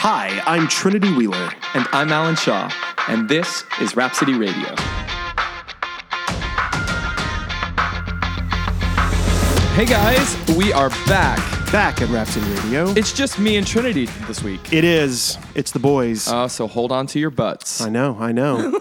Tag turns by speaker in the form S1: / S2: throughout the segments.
S1: Hi, I'm Trinity Wheeler.
S2: And I'm Alan Shaw, and this is Rhapsody Radio. Hey guys, we are back.
S1: Back at Rhapsody Radio.
S2: It's just me and Trinity this week.
S1: it is. It's the boys.
S2: Uh, so hold on to your butts.
S1: I know, I know.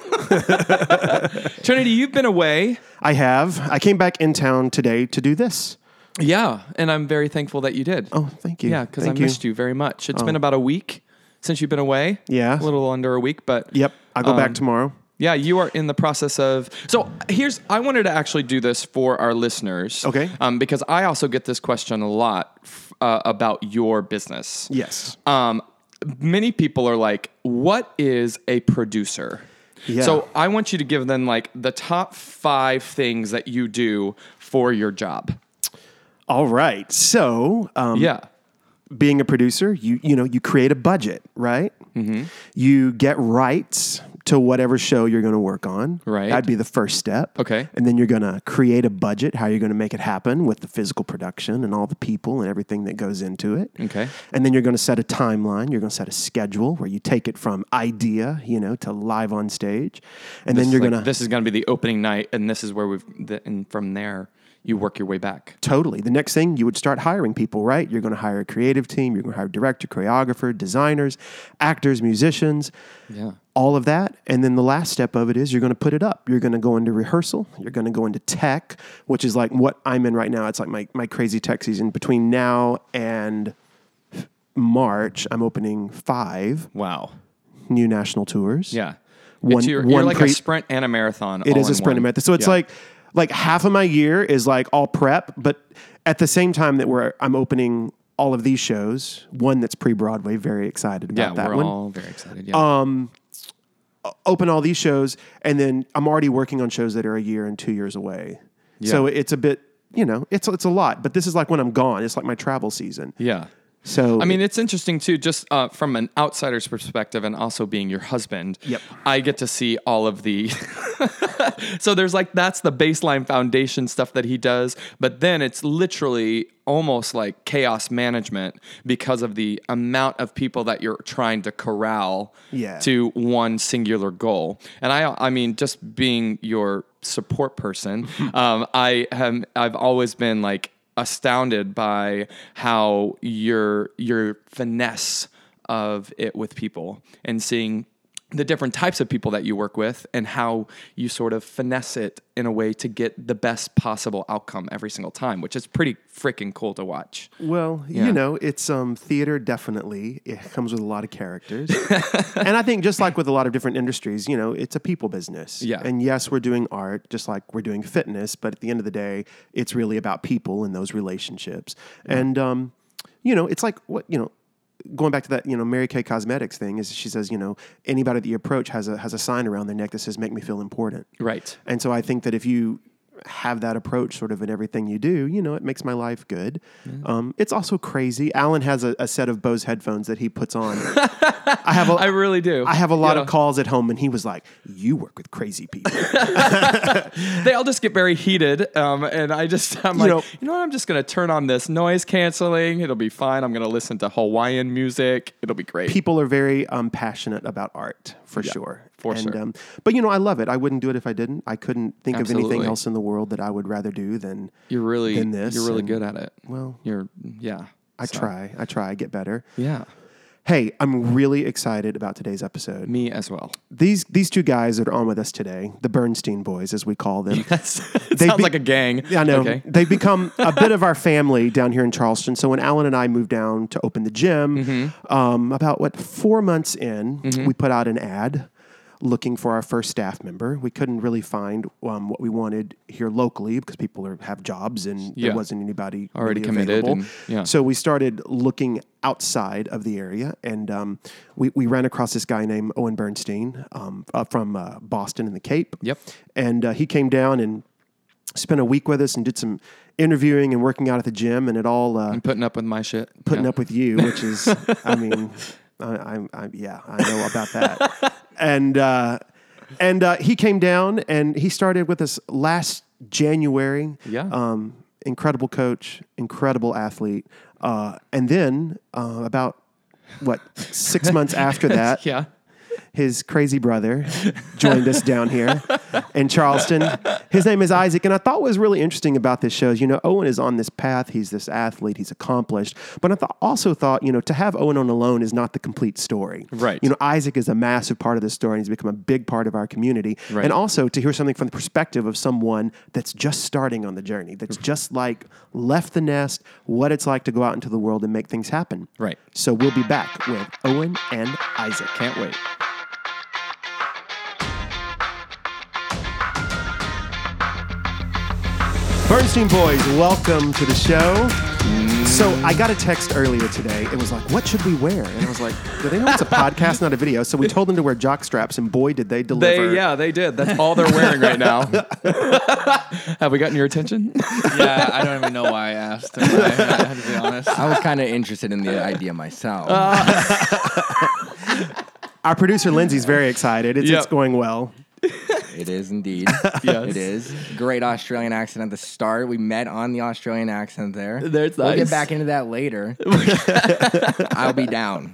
S2: Trinity, you've been away.
S1: I have. I came back in town today to do this.
S2: Yeah, and I'm very thankful that you did.
S1: Oh, thank you.
S2: yeah, because I
S1: Thank you.
S2: missed you Oh. very much. It's been about a week since you've been away.
S1: Yeah.
S2: A little under a week, but
S1: Yep. I'll go
S2: Um,
S1: back tomorrow.
S2: Yeah, you are in the process of. So here's, I wanted to actually do this for our listeners.
S1: Okay.
S2: Um, because I also get this question a lot f- uh, about your business.
S1: Yes.
S2: Um, many people are like, what is a producer?
S1: Yeah.
S2: So I want you to give them like the top five things that you do for your job.
S1: All right. So, um,
S2: Yeah.
S1: being a producer, you you know you create a budget, right?
S2: Mm-hmm.
S1: You get rights to whatever show you're going to work on.
S2: Right.
S1: That'd be the first step.
S2: Okay.
S1: And then you're going to create a budget, how you're going to make it happen with the physical production and all the people and everything that goes into it.
S2: Okay.
S1: And then you're going to set a timeline. You're going to set a schedule where you take it from idea, you know, to live on stage, and then you're
S2: Like,
S1: going to
S2: This is going to be the opening night, and this is where we've. The, and from there, you work your way back.
S1: Totally. The next thing you would start hiring people, right? You're going to hire a creative team, you're going to hire a director, choreographer, designers, actors, musicians.
S2: Yeah.
S1: All of that. And then the last step of it is you're going to put it up. You're going to go into rehearsal. You're going to go into tech, which is like what I'm in right now. It's like my, my crazy tech season. Between now and March, I'm opening five
S2: Wow.
S1: new national tours.
S2: Yeah.
S1: One-
S2: it's your, you're
S1: one
S2: like
S1: pre-
S2: a sprint and a marathon.
S1: It is a sprint method. So it's like like half of my year is like all prep, but at the same time that we're I'm opening all of these shows, one that's pre-Broadway, very excited
S2: yeah,
S1: about that
S2: we're
S1: one. Um,
S2: all very excited. Yeah.
S1: Open all these shows and then I'm already working on shows that are a year and 2 years away. So it's a bit, you know, it's it's a lot, but this is like when I'm gone. It's like my travel season.
S2: yeah.
S1: So
S2: I mean, it's interesting too, just uh, from an outsider's perspective, and also being your husband.
S1: Yep.
S2: I get to see all of the. so there's like that's the baseline foundation stuff that he does, but then it's literally almost like chaos management because of the amount of people that you're trying to corral
S1: Yeah.
S2: to one singular goal. And I, I mean, just being your support person, um, I have, I've always been like astounded by how your your finesse of it with people and seeing the different types of people that you work with and how you sort of finesse it in a way to get the best possible outcome every single time which is pretty freaking cool to watch
S1: Well, you know, it's um, theater definitely. It comes with a lot of characters. and I think just like with a lot of different industries, you know, it's a people business.
S2: Yeah.
S1: And yes, we're doing art just like we're doing fitness, but at the end of the day, it's really about people and those relationships. And, um, you know, it's like what, you know, going back to that, you know, Mary Kay Cosmetics thing is she says, you know, anybody that you approach has a, has a sign around their neck that says, make me feel important.
S2: right
S1: And so I think that if you have that approach sort of in everything you do, you know, it makes my life good. Um, it's also crazy. Alan has a, a set of Bose headphones that he puts on. I have a
S2: i
S1: I
S2: really do
S1: have a lot
S2: Yeah.
S1: of calls at home and he was like, You work with crazy people.
S2: they all just get very heated. Um, and I just, I'm like,
S1: know-
S2: you know what? I'm just going to turn on this noise canceling. It'll be fine. I'm going to listen to Hawaiian music. It'll be great.
S1: people are very um, passionate about art for sure.
S2: for
S1: and,
S2: sure.
S1: Um, but you know, I love it. I wouldn't do it if I didn't. I couldn't think of
S2: Absolutely.
S1: anything else in the world that I would rather do than
S2: you're really,
S1: than this,
S2: you're really
S1: and-
S2: good at it.
S1: well,
S2: You're, yeah.
S1: I try. I try. I get better.
S2: Yeah.
S1: Hey, I'm really excited about today's episode.
S2: Me as well.
S1: these these two guys that are on with us today, the Bernstein boys, as we call them.
S2: That's, it sounds
S1: be-
S2: like a gang.
S1: Yeah, I know.
S2: Okay.
S1: They've become a bit of our family down here in Charleston. So when Alan and I moved down to open the gym,
S2: Mm-hmm.
S1: um, about what four months in, we put out an ad looking for our first staff member. We couldn't really find um, what we wanted here locally because people are, have jobs and
S2: Yeah.
S1: there wasn't anybody
S2: Already
S1: really
S2: committed
S1: available.
S2: and- yeah.
S1: So we started looking outside of the area, and um, we we ran across this guy named Owen Bernstein um, uh, from uh, Boston and the Cape.
S2: Yep.
S1: and uh, he came down and spent a week with us and did some interviewing and working out at the gym, and it all uh,
S2: I'm putting up with my shit.
S1: putting
S2: Yeah.
S1: up with you, which is, I mean, I, I, I, yeah, I know about that. and uh, and uh, he came down and he started with us last January.
S2: Yeah.
S1: Um, incredible coach, incredible athlete. Uh, and then uh, about what six months after that,
S2: Yeah.
S1: his crazy brother joined us down here in Charleston. His name is Isaac. And I thought what was really interesting about this show is, you know, Owen is on this path. He's this athlete. He's accomplished. But I th- also thought, you know, to have Owen on alone is not the complete story.
S2: Right.
S1: You know, Isaac is a massive part of this story and he's become a big part of our community.
S2: Right.
S1: And also to hear something from the perspective of someone that's just starting on the journey, that's just like left the nest, what it's like to go out into the world and make things happen.
S2: Right.
S1: So we'll be back with Owen and Isaac.
S2: Can't wait.
S1: Bernstein Boys, welcome to the show. So I got a text earlier today. It was like, "What should we wear?" And I was like, "Do they know it's a podcast, not a video?" So we told them to wear jock straps, and boy, did they deliver!
S2: They yeah, they did. That's all they're wearing right now. Have we gotten your attention?
S3: yeah, I don't even know why I asked. I, I have to be honest.
S4: I was kind of interested in the idea myself.
S2: Uh,
S1: Our producer Lindsay's very excited. It's, it's
S2: Yep.
S1: going well.
S4: it is indeed.
S2: Yes.
S4: It is. Great Australian accent at the start. We met on the Australian accent there.
S2: That's
S4: we'll
S2: nice.
S4: get back into that later. I'll be down.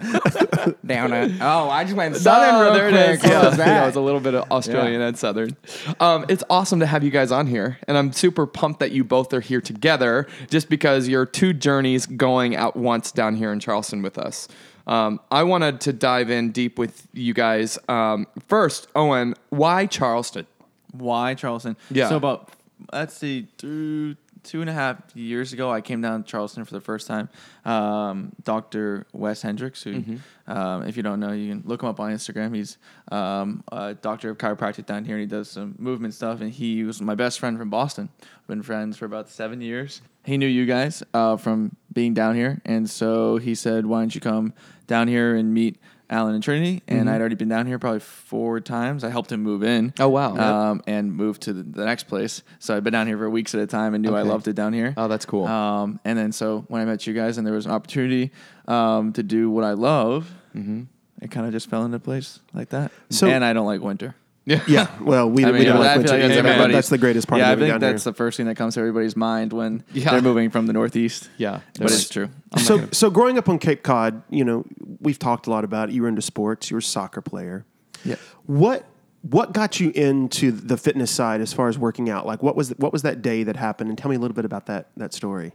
S4: down. uh, oh, I just went southern
S2: Oh,
S4: real
S2: there
S4: quick.
S2: it is.
S4: What
S2: Yeah,
S4: was
S2: Yeah, it
S4: that?
S2: was a little bit of Australian and Southern. Um, it's awesome to have you guys on here, and I'm super pumped that you both are here together. Just because your two journeys going at once down here in Charleston with us, um, I wanted to dive in deep with you guys. Um, first, Owen, why Charleston?
S3: Why Charleston?
S2: Yeah.
S3: So about let's see, two two and a half years ago, I came down to Charleston for the first time. Um, Doctor Wes Hendricks, who,
S2: Mm-hmm.
S3: um, if you don't know, you can look him up on Instagram. He's um, a doctor of chiropractic down here, and he does some movement stuff. And he was my best friend from Boston. We've been friends for about seven years. He knew you guys uh, from being down here, and so he said, "Why don't you come down here and meet?" Alan and Trinity, and I'd already been down here probably four times. I helped him move in.
S2: Mm-hmm. Oh, wow.
S3: Uh, um, and moved to the, the next place. So I've been down here for weeks at a time and knew I
S2: Okay.
S3: loved it down here.
S2: Oh, that's cool.
S3: Um, and then so when I met you guys and there was an opportunity um, to do what I love,
S2: Mm-hmm.
S3: it kind of just fell into place like that.
S1: So-
S3: and I don't like winter.
S1: Yeah. Well, we,
S3: I
S1: we don't
S3: I
S1: like
S3: feel
S1: winter.
S3: that's
S1: either, but
S3: everybody's-
S1: that's the greatest part
S3: Yeah,
S1: of
S3: I
S1: living
S3: think
S1: down
S3: that's
S1: here.
S3: the first thing that comes to everybody's mind when
S2: Yeah.
S3: they're moving from the Northeast.
S2: Yeah.
S3: but it's true. I'm
S1: so,
S3: not gonna-
S1: so growing up on Cape Cod, you know, we've talked a lot about it. you were into sports. You were a soccer player.
S3: yeah.
S1: What what got you into the fitness side as far as working out? Like what was what was that day that happened? And tell me a little bit about that that story.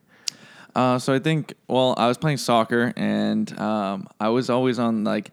S3: Uh, so I think, well, I was playing soccer and um, I was always on like,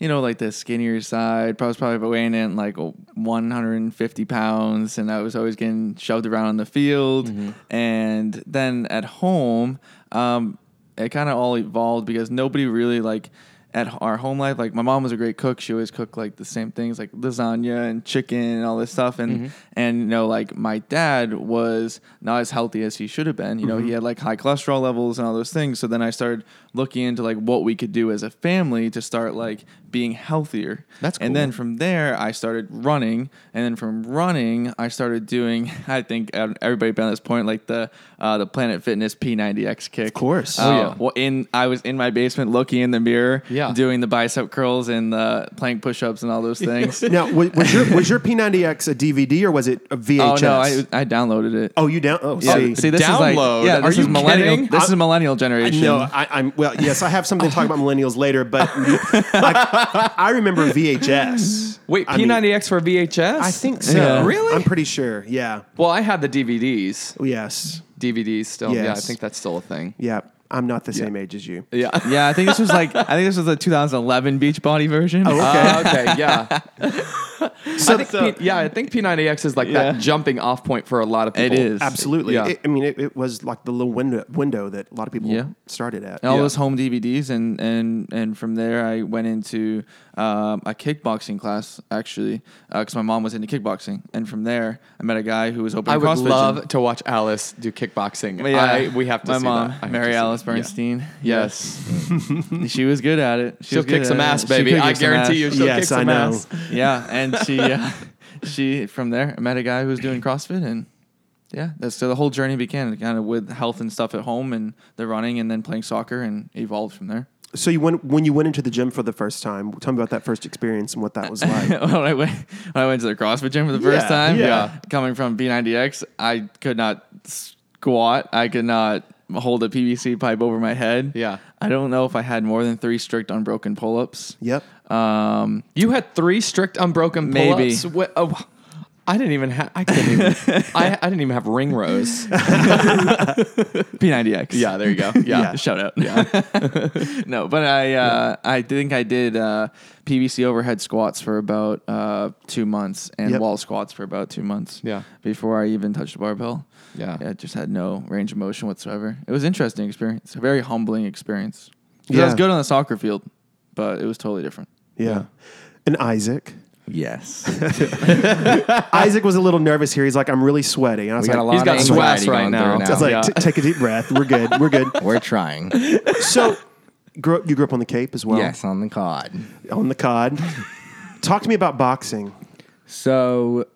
S3: you know, like the skinnier side. I was probably weighing in like oh, 150 pounds and I was always getting shoved around on the field.
S1: Mm-hmm.
S3: And then at home, um, it kind of all evolved because nobody really like at h- our home life like my mom was a great cook she always cooked like the same things like lasagna and chicken and all this stuff and
S2: Mm-hmm.
S3: and you know like my dad was not as healthy as he should have been you know
S2: Mm-hmm.
S3: he had like high cholesterol levels and all those things so then i started looking into like what we could do as a family to start like being healthier
S2: That's
S3: and
S2: cool.
S3: then from there i started running and then from running i started doing i think uh, everybody been at this point like the uh, the planet fitness p90x kick of
S1: course.
S3: oh,
S2: Oh, yeah.
S3: yeah well, in I was in my basement looking in the mirror,
S2: Yeah.
S3: doing the bicep curls and the plank push-ups and all those things. Oh,
S1: Now, wa- was, your was your P90X a DVD or was it a
S3: oh
S1: VHS?
S3: no, I, I downloaded it.
S1: oh, you down? Oh,
S3: Yeah.
S1: see,
S3: this is
S2: Download?
S3: like yeah,
S2: Are
S3: this
S2: you
S3: is millennial.
S2: kidding?
S3: This is millennial generation.
S1: no, I, I'm well. Yes, I have something to talk about millennials later, but I, I remember VHS.
S2: Wait,
S1: I mean,
S2: P90X for VHS?
S1: I think so.
S3: Yeah.
S2: Really?
S1: I'm pretty sure. Yeah.
S2: Well, I had the DVDs.
S1: Yes.
S2: DVDs still. Yeah, I
S1: Yes.
S2: think that's still a thing.
S1: Yeah. I'm not the same age as you.
S3: Uh,
S2: Yeah.
S3: yeah, I think this was like I think this was the 2011 Beachbody version.
S1: Oh, okay.
S2: Uh, okay, yeah.
S1: so,
S2: P- yeah, I think P90X is like
S3: Yeah.
S2: that jumping off point for a lot of
S3: It
S2: people.
S3: is.
S1: absolutely.
S2: Yeah.
S1: It- I mean, it, it was like the little window window that a lot of people
S3: Yeah.
S1: started at.
S3: And all
S2: Yeah.
S3: those home DVDs, and and and from there I went into um, a kickboxing class actually, because my mom was into kickboxing, and from there I met a guy who was opening.
S2: I would
S3: CrossFit gym.
S2: love to watch Alice do kickboxing.
S3: Yeah,
S2: I, we have to
S3: my
S2: see that.
S3: mom,
S2: I have to
S3: Mary
S2: see
S3: Alice
S2: that. Yeah.
S3: Bernstein.
S2: Yes.
S3: she was good at it. She
S2: She'll
S3: was good
S2: kick some
S3: at it.
S2: ass,
S3: She
S2: baby.
S3: could
S2: I
S3: kick some
S2: guarantee you
S3: ass.
S2: she'll
S1: Yes,
S2: kick
S1: I
S2: some
S1: know.
S2: ass.
S3: Yeah, and she, uh, she from there I met a guy who was doing CrossFit, and yeah, that's so the whole journey began kind of with health and stuff at home, and the running, and then playing soccer, and evolved from there.
S1: So you went when you went into the gym for the first time. Tell me about that first experience and what that was like.
S3: when I went when I went to the CrossFit gym for the first
S1: Yeah,
S3: time,
S1: yeah.
S3: coming from B90X, I could not squat. I could not hold a PVC pipe over my head.
S2: Yeah.
S3: I don't know if I had more than three strict unbroken pull ups.
S1: Yep.
S3: Um,
S2: You had three strict unbroken
S3: Maybe.
S2: pull-ups. What, oh, I didn't even have. I couldn't even. I, I didn't even have ring rows.
S3: P90X.
S2: Yeah, there you go. Yeah.
S3: Shout out. no, but I uh, I think I did uh, PVC overhead squats for about uh, two months and
S1: Yep.
S3: wall squats for about two months.
S2: Yeah.
S3: Before I even touched the barbell.
S2: Yeah.
S3: I just had no range of motion whatsoever. It was an interesting experience, a very humbling experience. 'Cause I was
S1: Yeah.
S3: good on the soccer field, but it was totally different.
S1: yeah. And Isaac.
S4: Yes.
S1: Isaac was a little nervous here. He's like, I'm really sweaty. And I was
S4: We got a
S1: like,
S4: lot
S2: He's
S4: of
S2: got
S4: anxiety
S2: sweats right
S4: going through
S2: now.
S1: I was like
S2: Yeah.
S1: "T- take a deep breath. We're good. We're good.
S4: We're trying.
S1: So grew up, you grew up on the Cape as well?
S4: yes, on the cod.
S1: On the cod. Talk to me about boxing.
S4: So,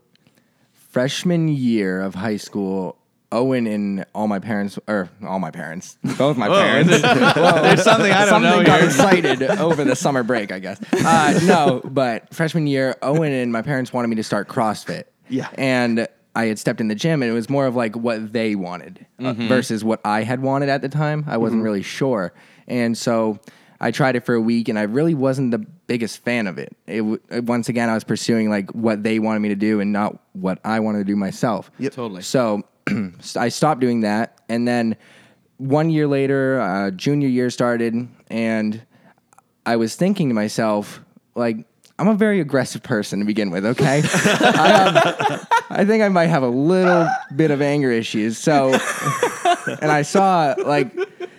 S4: freshman year of high school, Owen and all my parents, or all my parents, both my parents. There's something I don't know. got excited over the summer break, I guess. Uh, no, but freshman year, Owen and my parents wanted me to start CrossFit.
S1: Yeah.
S4: And I had stepped in the gym, and it was more of like what they wanted uh, versus what I had wanted at the time. I wasn't really sure. And so I tried it for a week, and I really wasn't the biggest fan of it. It w- uh, once again, I was pursuing like what they wanted me to do, and not what I wanted to do myself.
S1: Yep.
S2: Totally.
S4: So I stopped doing that, and then one year later, uh, junior year started, and I was thinking to myself, like, I'm a very aggressive person to begin with. Okay, I, have- I think I might have a little bit of anger issues. So, and I saw like.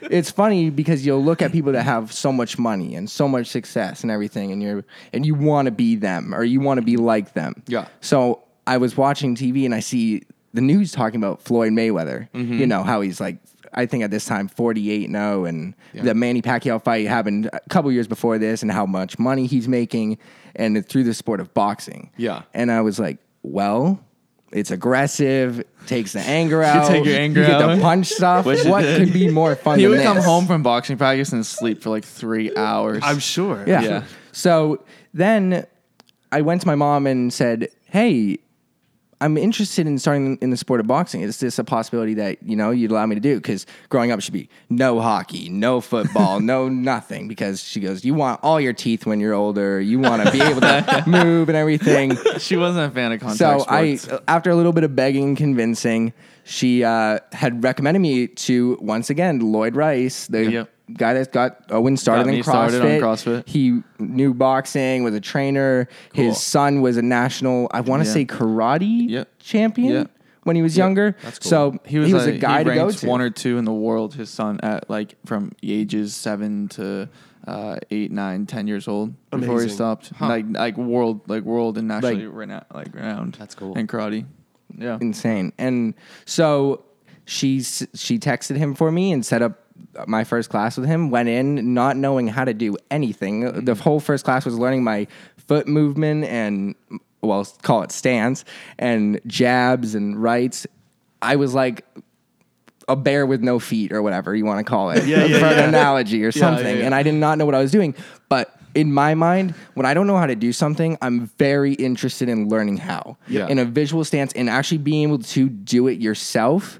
S4: It's funny because you'll look at people that have so much money and so much success and everything, and you're and you want to be them or you want to be like them.
S2: Yeah.
S4: So I was watching TV and I see the news talking about Floyd Mayweather.
S3: Mm-hmm.
S4: You know how he's like, I think at this time forty eight and zero, and the Manny Pacquiao fight happened a couple years before this, and how much money he's making, and it- through the sport of boxing.
S2: Yeah.
S4: And I was like, well. It's aggressive, takes the anger out.
S3: take your anger
S4: you get
S3: out.
S4: the punch stuff.
S3: Wish it
S4: what
S3: did.
S4: could be more fun
S3: He
S4: than
S3: would come
S4: this?
S3: home from boxing practice and sleep for like three hours.
S1: sure.
S4: Yeah.
S3: Yeah.
S4: So then I went to my mom and said, "Hey, I'm interested in starting in the sport of boxing. Is this a possibility that you know you'd allow me to do? Because growing up should be no hockey, no football, no nothing. Because she goes, you want all your teeth when you're older. You want to be able to move and everything.
S3: she wasn't a fan of contact
S4: So I,
S3: sports.
S4: after a little bit of begging and convincing, she uh, had recommended me to once again Lloyd Rice, the
S3: Yep.
S4: guy that got Owen started
S3: Got
S4: in
S3: me
S4: CrossFit.
S3: started on CrossFit.
S4: He knew boxing, was a trainer.
S3: Cool.
S4: His son was a national, I want to
S3: Yeah.
S4: say karate
S3: Yep.
S4: champion
S3: Yep.
S4: when he was younger. So he was, a, guy
S3: he
S4: to go
S3: ranked
S4: to.
S3: one or two in the world. His son at like from ages seven to uh, eight, nine, ten years old before he
S1: Amazing.
S3: stopped. Like like world like world and nationally
S4: Like-
S3: rena- like renowned. That's
S2: cool.
S3: And karate. Yeah.
S4: insane. And so she s- she texted him for me and set up my first class with him. Went in not knowing how to do anything.
S2: Mm-hmm.
S4: The whole first class was learning my foot movement and well, call it stance and jabs and rights. I was like a bear with no feet or whatever you want to call it for an analogy or something
S2: yeah.
S4: and i did not know what i was doing but in my mind when i don't know how to do something i'm very interested in learning how
S2: Yeah.
S4: in a visual stance and actually being able to do it yourself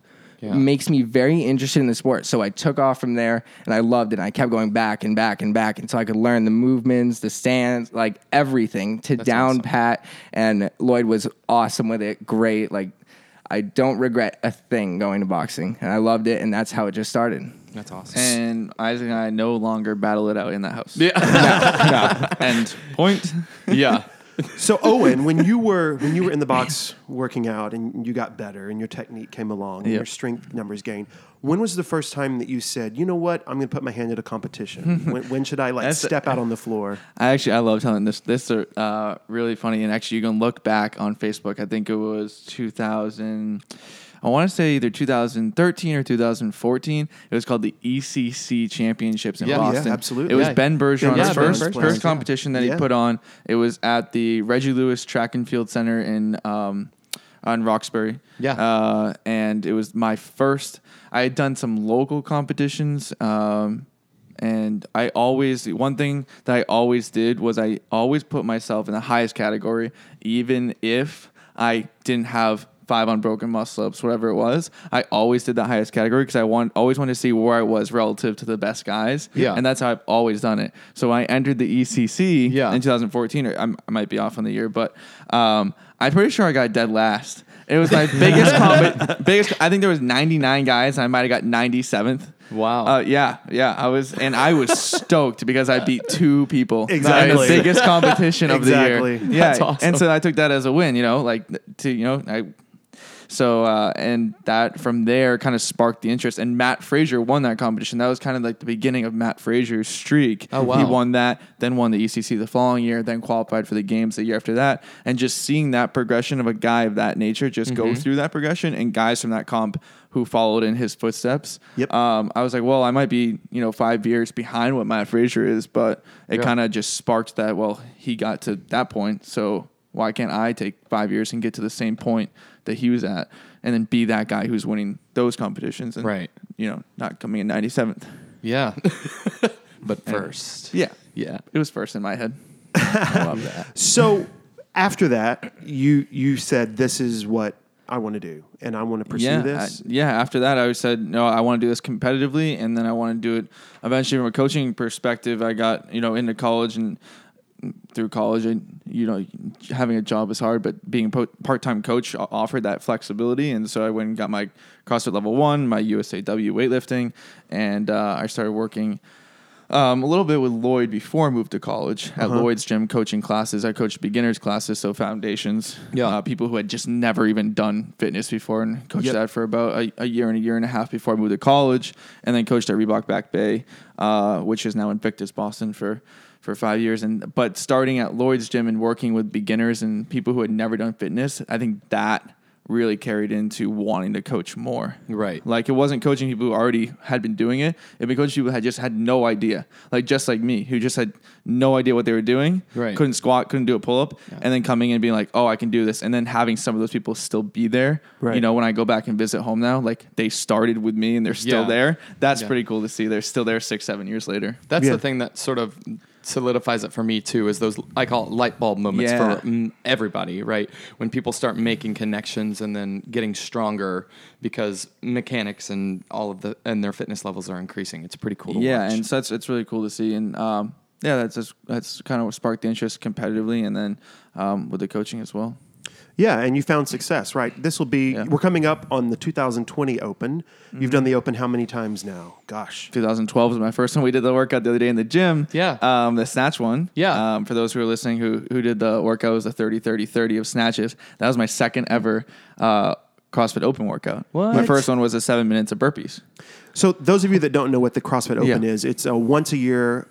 S4: makes me very interested in the sport so i took off from there and i loved it i kept going back and back and back until i could learn the movements the stance like everything to down
S2: awesome.
S4: pat and lloyd was awesome with it great like i don't regret a thing going to boxing and i loved it and that's how it just started
S2: That's awesome.
S3: And Isaac and I no longer battle it out in that house.
S2: yeah.
S3: End point.
S2: yeah.
S1: So Owen, when you were when you were in the box working out and you got better and your technique came along and
S3: Yeah.
S1: your strength numbers gained, when was the first time that you said, you know what, I'm going to put my hand at a competition? when, when should I like
S3: That's-
S1: step out on the floor?
S3: I actually I love telling this. This is uh, really funny, and actually you can look back on Facebook. I think it was 2000. I want to say either 2013 or 2014. It was called the ECC Championships in
S2: Yeah, yeah,
S3: Boston.
S1: absolutely.
S3: It was
S1: Yeah.
S3: Ben Bergeron's
S1: Yeah, Ben
S3: first
S1: Bergeron's
S3: first
S1: place, yeah.
S3: competition that
S1: Yeah.
S3: he put on. It was at the Reggie Lewis Track and Field Center in um, on Roxbury.
S2: Yeah.
S3: uh, and it was my first. I had done some local competitions. Um, and I always one thing that I always did was I always put myself in the highest category, even if I didn't have five unbroken muscle ups, whatever it was. I always did the highest category because I want always wanted to see where I was relative to the best guys.
S2: Yeah.
S3: and that's how I've always done it. So when I entered the E ECC
S2: Yeah.
S3: in 2014, or I'm, I might be off on the year, but um, I'm pretty sure I got dead last. It was my biggest comp. Biggest. I think there was 99 guys, and I might have got 97th.
S2: Wow.
S3: Uh, yeah, yeah. I was, and I was stoked because I beat two people in
S1: Exactly.
S3: the biggest competition of
S1: Exactly.
S3: the year. Yeah,
S2: That's awesome.
S3: and so I took that as a win. You know, like to you know, I so uh, and that from there kind of sparked the interest. And Matt Frazier won that competition. That was kind of like the beginning of Matt Frazier's streak.
S2: Oh, wow.
S3: He won that, then won the ECC the following year, then qualified for the games the year after that. And just seeing that progression of a guy of that nature just go through that progression and guys from that comp who followed in his footsteps.
S1: Yep.
S3: Um, I was like, well, I might be you know five years behind what Matt Frazier is, but it
S2: Yeah.
S3: kind of just sparked that. Well, he got to that point, so why can't I take five years and get to the same point that he was at, and then be that guy who's winning those competitions, and
S2: Right.
S3: You know, not coming in ninety seventh.
S2: Yeah. but first.
S3: Yeah,
S2: Yeah.
S3: it was first in my head.
S2: I love that.
S1: So after that, you you said this is what I want to do, and I want to pursue
S3: yeah,
S1: this.
S3: I- yeah. After that, I always said, no, I want to do this competitively, and then I want to do it eventually from a coaching perspective. I got you know into college and through college, and you know, having a job is hard, but being a part time coach o- offered that flexibility, and so I went and got my CrossFit level one, my USAW weightlifting, and uh, I started working. Um, a little bit with Lloyd before I moved to college at
S2: Uh-huh.
S3: Lloyd's gym coaching classes. I coached beginners classes, so foundations,
S2: Yeah.
S3: uh, people who had just never even done fitness before, and coached
S2: Yep.
S3: that for about a, a year and a year and a half before I moved to college, and then coached at Reebok Back Bay, uh, which is now Invictus Boston for for five years. And but starting at Lloyd's Gym and working with beginners and people who had never done fitness, I think that really carried into wanting to coach more.
S2: Right.
S3: Like it wasn't coaching people who already had been doing it. It was coaching people who had just had no idea. Like just like me, who just had no idea what they were doing.
S2: Right.
S3: Couldn't squat, couldn't do a pull up, and then coming in and being like, "Oh, I can do this," and then having some of those people still be there.
S1: Right.
S3: You know, when I go back and visit home now, like they started with me and they're still
S2: Yeah.
S3: there. That's
S2: Yeah.
S3: pretty cool to see. They're still there six, seven years later.
S2: That's
S1: Yeah.
S2: the thing that sort of solidifies it for me too is those I call it light bulb moments
S3: Yeah.
S2: for mm, everybody, right? When people start making connections and then getting stronger because mechanics and all of the and their fitness levels are increasing. It's pretty cool to
S3: yeah,
S2: watch.
S3: and so that's it's really cool to see, and um, yeah, that's just, that's kind of what sparked the interest competitively, and then um, with the coaching as well.
S1: Yeah, and you found success, right? This will be we're coming up on the 2020 Open.
S3: Mm-hmm.
S1: You've done the Open how many times now? Gosh.
S3: 2012 was my first time. We did the workout the other day in the gym.
S2: Yeah.
S3: Um, the snatch one.
S2: Yeah.
S3: Um, for those who are listening who who did the workout, it was the 30 30 30 of snatches. That was my second ever uh, CrossFit Open workout. My
S1: What?
S3: first one was a seven minutes of burpees.
S1: So those of you that don't know what the CrossFit Open
S3: Yeah.
S1: is, it's a once a year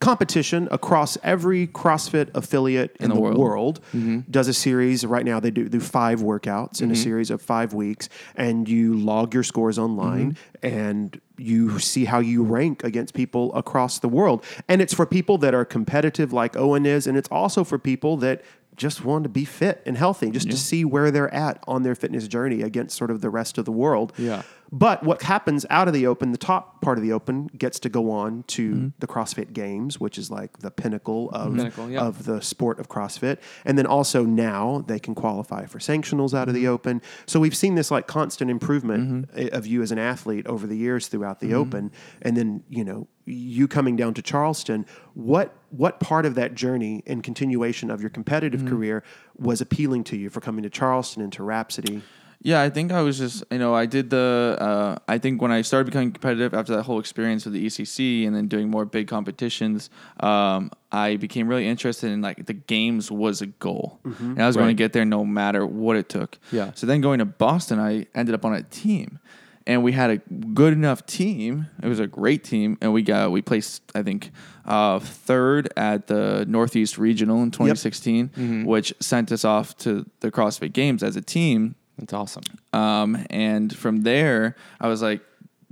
S1: competition across every CrossFit affiliate in,
S3: the
S1: the
S3: world. Mm-hmm.
S1: world. Does a series right now. They do do five workouts in a series of five weeks, and you log your scores online
S3: Mm-hmm.
S1: and you see how you rank against people across the world. And it's for people that are competitive, like Owen is, and it's also for people that just want to be fit and healthy, just to see where they're at on their fitness journey against sort of the rest of the world.
S2: Yeah.
S1: But what happens out of the open, the top part of the open gets to go on to
S2: Mm-hmm.
S1: the CrossFit Games, which is like the pinnacle of
S2: Pinnacle, yeah.
S1: of the sport of CrossFit. And then also now they can qualify for sanctionals out of
S2: Mm-hmm.
S1: the open. So we've seen this like constant improvement i- of you as an athlete over the years throughout the
S2: Mm-hmm.
S1: open. And then, you know, you coming down to Charleston, what what part of that journey and continuation of your competitive
S2: Mm-hmm.
S1: career was appealing to you for coming to Charleston and to Rhapsody?
S3: Yeah, I think I was just you know I did the uh, I think when I started becoming competitive after that whole experience with the ECC and then doing more big competitions, um, I became really interested in like the games was a goal, and I was going to get there no matter what it took.
S2: Yeah.
S3: So then going to Boston, I ended up on a team, and we had a good enough team. It was a great team, and we got we placed I think uh, third at the Northeast Regional in 2016, which sent us off to the CrossFit Games as a team.
S2: That's awesome.
S3: Um, and from there, I was like,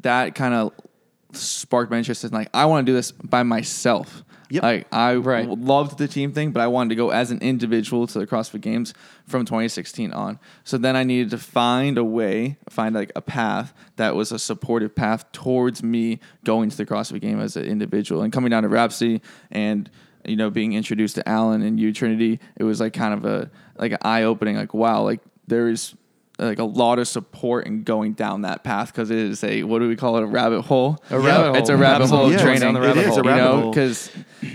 S3: that kind of sparked my interest in like, I want to do this by myself.
S1: Yep.
S3: Like I
S2: Right.
S3: w- loved the team thing, but I wanted to go as an individual to the CrossFit Games from 2016 on. So then I needed to find a way, find like a path that was a supportive path towards me going to the CrossFit Game as an individual and coming down to Rhapsody and you know being introduced to Alan and you Trinity. It was like kind of a like an eye opening, like wow, like there is like a lot of support in going down that path because it is a what do we call it a rabbit hole? A
S2: rabbit
S3: It's a
S2: hole.
S3: rabbit hole of
S1: Absolutely. Yeah, it's down the
S3: training.
S1: It rabbit is a hole. rabbit hole.
S3: because